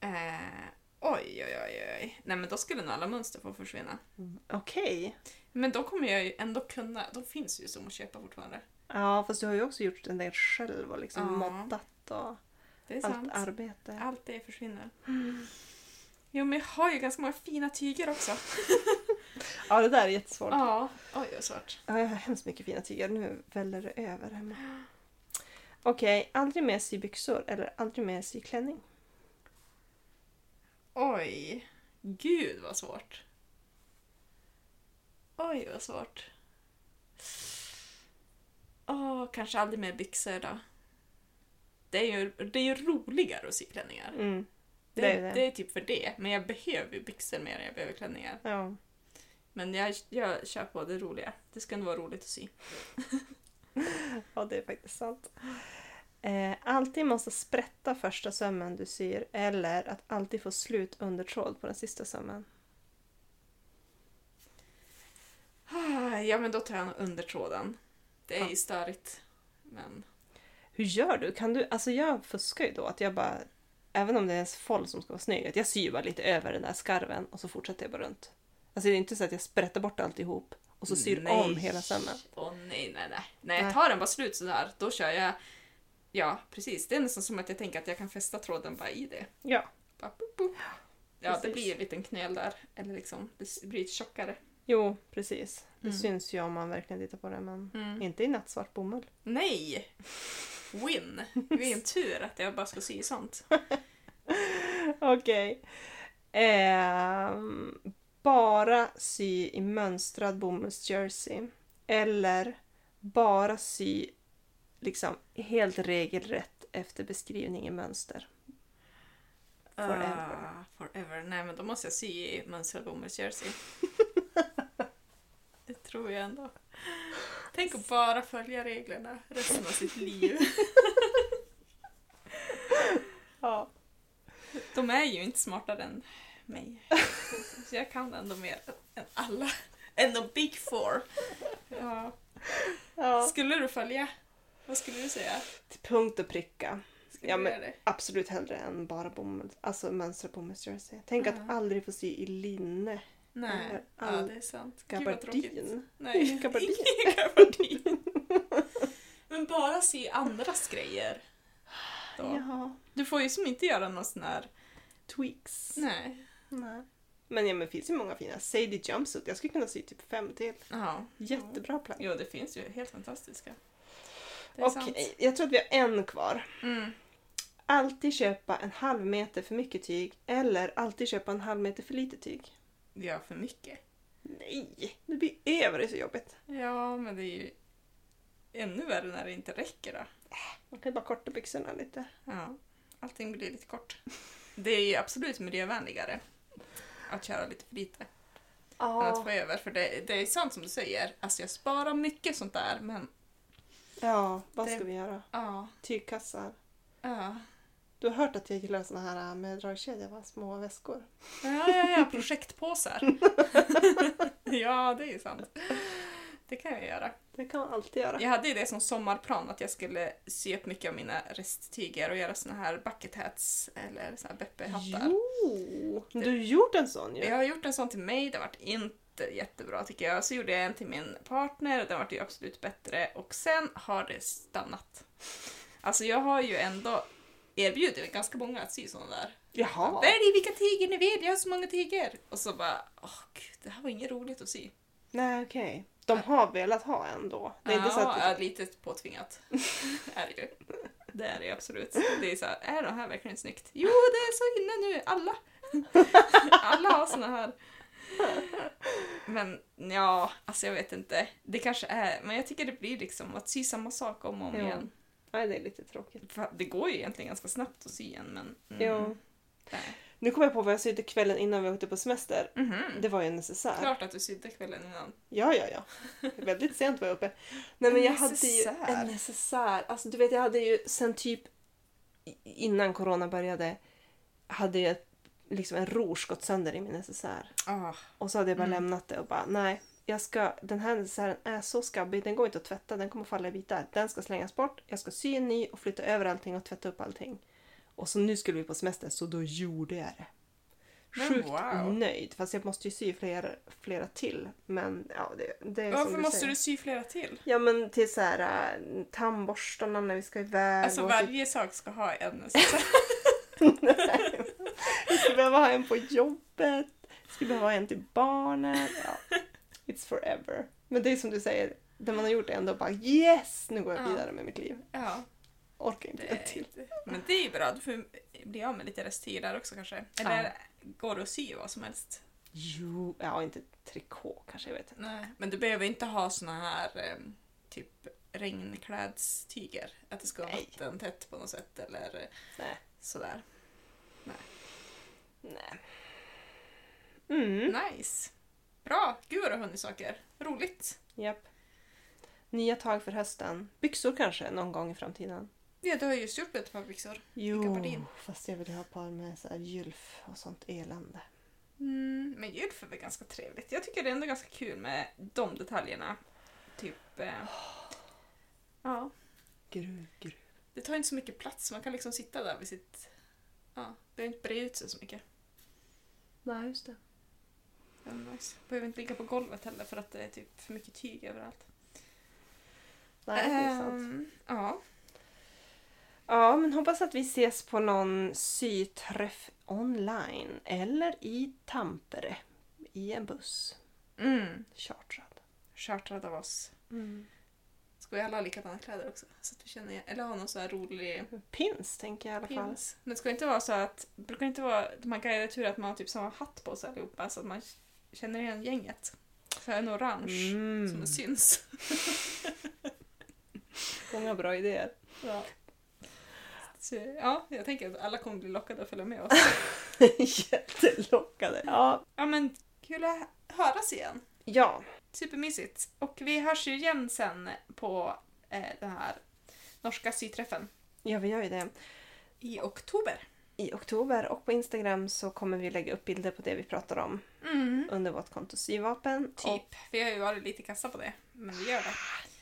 Eh, oj, oj, oj, oj. Nej, men då skulle nog alla mönster få försvinna. Okej. Men då kommer jag ju ändå kunna, de finns ju som att köpa fortfarande. Ja, fast du har ju också gjort en del själv och liksom Ja. moddat och Det är sant. allt arbete. Mm. Allt det försvinner. Jo, men jag har ju ganska många fina tyger också. Ja, det där är jättesvårt. Ja, oj vad svårt. Ja, jag har hemskt mycket fina tyger. Nu väller det över hemma. Okej, aldrig mer sy byxor eller aldrig mer sy klänning. Oj, gud vad svårt. Oj vad svårt. Åh, kanske aldrig mer byxor då. Det är ju, det är ju roligare att sy klänningar. Mm. Det, Det det, är det. är typ för det. Men jag behöver ju byxor mer än jag behöver klänningar. Ja. Men jag, jag kör på det roliga. Det ska ändå vara roligt att sy. ja, det är faktiskt sant. Eh, alltid måste sprätta första sömmen du syr eller att alltid få slut undertråd på den sista sömmen. Ah, Ja, men då tar jag nog undertråden. Det är Ja. ju störigt. Men Hur gör du? Kan du? Alltså jag fuskar ju då att jag bara, även om det är ens foll som ska vara snygg, att jag syr bara lite över den där skarven och så fortsätter jag bara runt. Alltså det är inte så att jag sprättar bort alltihop och så syr Nej. om hela sömmen. Åh nej, nej, nej. Nej, Nej. jag tar den bara slut sådär. Då kör jag... Ja, precis. Det är nästan som att jag tänker att jag kan fästa tråden bara i det. Ja. Bara, boop, boop. Ja, det Precis. blir en liten knöl där. Eller liksom, det blir tjockare. Jo, precis. Det Mm. syns ju om man verkligen tittar på det, men Mm. inte i nattsvart bomull. Nej! Win! Vilken tur att jag bara ska sy sånt. Okej. Ehm, bara sy i mönstrad bomullsjersey. Eller bara sy liksom helt regelrätt efter beskrivning i mönster. Forever. Ah, forever. Nej, men då måste jag sy i mönstrad bomullsjersey. det tror jag ändå. Tänk att bara följa reglerna resten av sitt liv. Ja. De är ju inte smartare än mig. Så jag kan ändå mer än alla. Än de big four. Ja. ja. Skulle du följa? Vad skulle du säga? Till punkt och pricka. Skulle Ja, du men- göra det? Absolut hellre än bara bomull, alltså mönstrad bomullsjersey. Tänk att Ja. aldrig få sy i linne, Nej, ja, all- det är sant. Gud, vad tråkigt. gabardin. Nej, Ingen gabardin. ingen gabardin. Men bara se andras grejer. Då. Ja. Du får ju som inte göra någon sån här... Tweaks. Nej. Nej. Men ja, men det finns ju många fina. Sadie Jumpsuit, jag skulle kunna sy typ fem till. Ja. Jättebra plagg. Jo, det finns ju helt fantastiska. Mm. Det är sant. Okej, jag tror att vi har en kvar. Mm. Alltid köpa en halv meter för mycket tyg eller alltid köpa en halv meter för lite tyg. Det är för mycket. Nej, det blir över, det är så jobbigt. Ja, men det är ju ännu värre när det inte räcker då. Man kan ju bara korta byxorna lite. Ja. Allting blir lite kort. Det är ju absolut miljövänligare att köra lite för lite än att få över. För det, det är sant som du säger. Alltså jag sparar mycket sånt där men Ja, vad Det- ska vi göra? ja, Tygkassar. Ja, Du har hört att jag gillar såna här äh, med dragkedja, va? Små väskor. ja, ja, ja projektpåsar. ja, det är ju sant. Det kan jag göra. Det kan man alltid göra. Jag hade ju det som sommarplan att jag skulle sy upp mycket av mina resttyger och göra såna här bucket hats eller såna här Beppe-hattar. Jo! Du gjorde en sån ju. Jag har gjort en sån till mig, den vart inte jättebra tycker jag. Så gjorde jag en till min partner och den vart ju absolut bättre. Och sen har det stannat. Alltså jag har ju ändå erbjudit ganska många att sy sådana där. Jaha. Välj vilka tyger ni vill, jag har så många tyger! Och så bara, åh gud, det här var inget roligt att sy. Nej, okej. De har velat ha en då. Det är inte så att... ja, lite påtvingat. är det ju. Det är det ju absolut. Det är så här, är det här verkligen snyggt? Jo, det är så inne nu, alla! alla har såna här. Men ja, alltså jag vet inte. Det kanske är, men jag tycker det blir liksom att sy samma sak om och om Ja. igen. Nej, det är lite tråkigt. För det går ju egentligen ganska snabbt att sy en, men... mm. Jo. nej. Nu kom jag på vad jag sydde kvällen innan vi åkte på semester. Mhm. Det var ju en necessär. Klart att du sydde kvällen innan. Ja, ja, ja. Väldigt sent var jag uppe. Nej, men En jag hade ju necessär. en necessär. Alltså, du vet, jag hade ju sen typ i- innan corona började hade jag liksom en rouge gått sönder i min necessär. Ah. Och så hade jag bara Mm. lämnat det och bara nej, jag ska, den här necessären är så skabbig, den går inte att tvätta, den kommer falla i bitar. Den ska slängas bort, jag ska sy en ny och flytta över allting och tvätta upp allting. Och så nu skulle vi på semester så då gjorde jag det. Men Sjukt wow. nöjd, fast jag måste ju sy flera, flera till. Men ja, det, det är Varför som måste du säger. Äh, du sy flera till? Ja men till så här äh, tandborstarna när vi ska iväg. Alltså och typ- varje sak ska ha en sån Jag skulle behöva ha en på jobbet. Jag skulle behöva ha en till barnen. Ja. It's forever. Men det är som du säger, när man har gjort det ändå bara yes, nu går jag Ja. vidare med mitt liv. Ja, Orkar inte det en är till. inte... Men det är ju bra, du får bli av med lite resttyg där också kanske. Eller Ja. går det att sy vad som helst? Jo, ja inte trikå kanske, jag vet inte. Nej. Men du behöver inte ha såna här eh, typ regnklädstyger. Att det ska vara Nej. vattentätt på något sätt eller eh, Nej. sådär. Nej. Mm, Nice! Bra! Gud vad du har hunnit saker. Roligt! japp. Nya tag för hösten. Byxor kanske någon gång i framtiden. Ja, du har ju just gjort ett par byxor. Vilka var Jo, din? fast jag vill ha par med så här gylf och sånt elände. Mm, men gylf är väl ganska trevligt. Jag tycker det är ändå ganska kul med de detaljerna. Typ... Eh, ja. Gruv, gruv. Det tar inte så mycket plats, man kan liksom sitta där vid sitt... Ja, behöver inte bre ut sig så mycket. Nej, just det. Det är nice. Behöver inte ligga på golvet heller för att det är typ för mycket tyg överallt. Nej, det är sant. Ehm, ja. Ja, men hoppas att vi ses på någon syträff online eller i Tampere i en buss, Mm. chartrad. Chartrad av oss. Mm. Ska vi alla ha likadana kläder också? Så att vi känner igen- Eller ha någon så här rolig Pins tänker jag i alla fall. pins. Men det ska inte vara så att... Brukar inte vara de här guidade turer att man har typ samma hatt på sig allihopa så att man känner igen gänget. Så här en orange Mm. som syns. Många bra idéer. Ja. Så, ja, jag tänker att alla kommer bli lockade att följa med oss. Jättelockade. Ja. Ja men kul att höras igen. ja, Supermysigt. Och vi hörs ju igen sen på eh, den här norska syträffen ja, vi gör ju det. i oktober. I oktober och på Instagram så kommer vi lägga upp bilder på det vi pratar om under vårt konto syvapen. Mm. Typ. Vi har ju varit lite kassa på det, men vi gör det.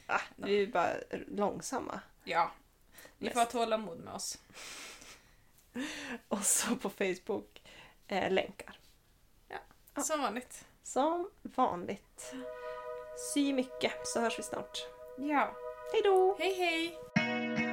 Och, ah, vi är bara långsamma. Ja. Ni får ha Mest. tålamod med oss. Och så på Facebook eh, länkar. Ja. Som vanligt. Som vanligt. Sy mycket så hörs vi snart. Ja. Hej då! Hej hej!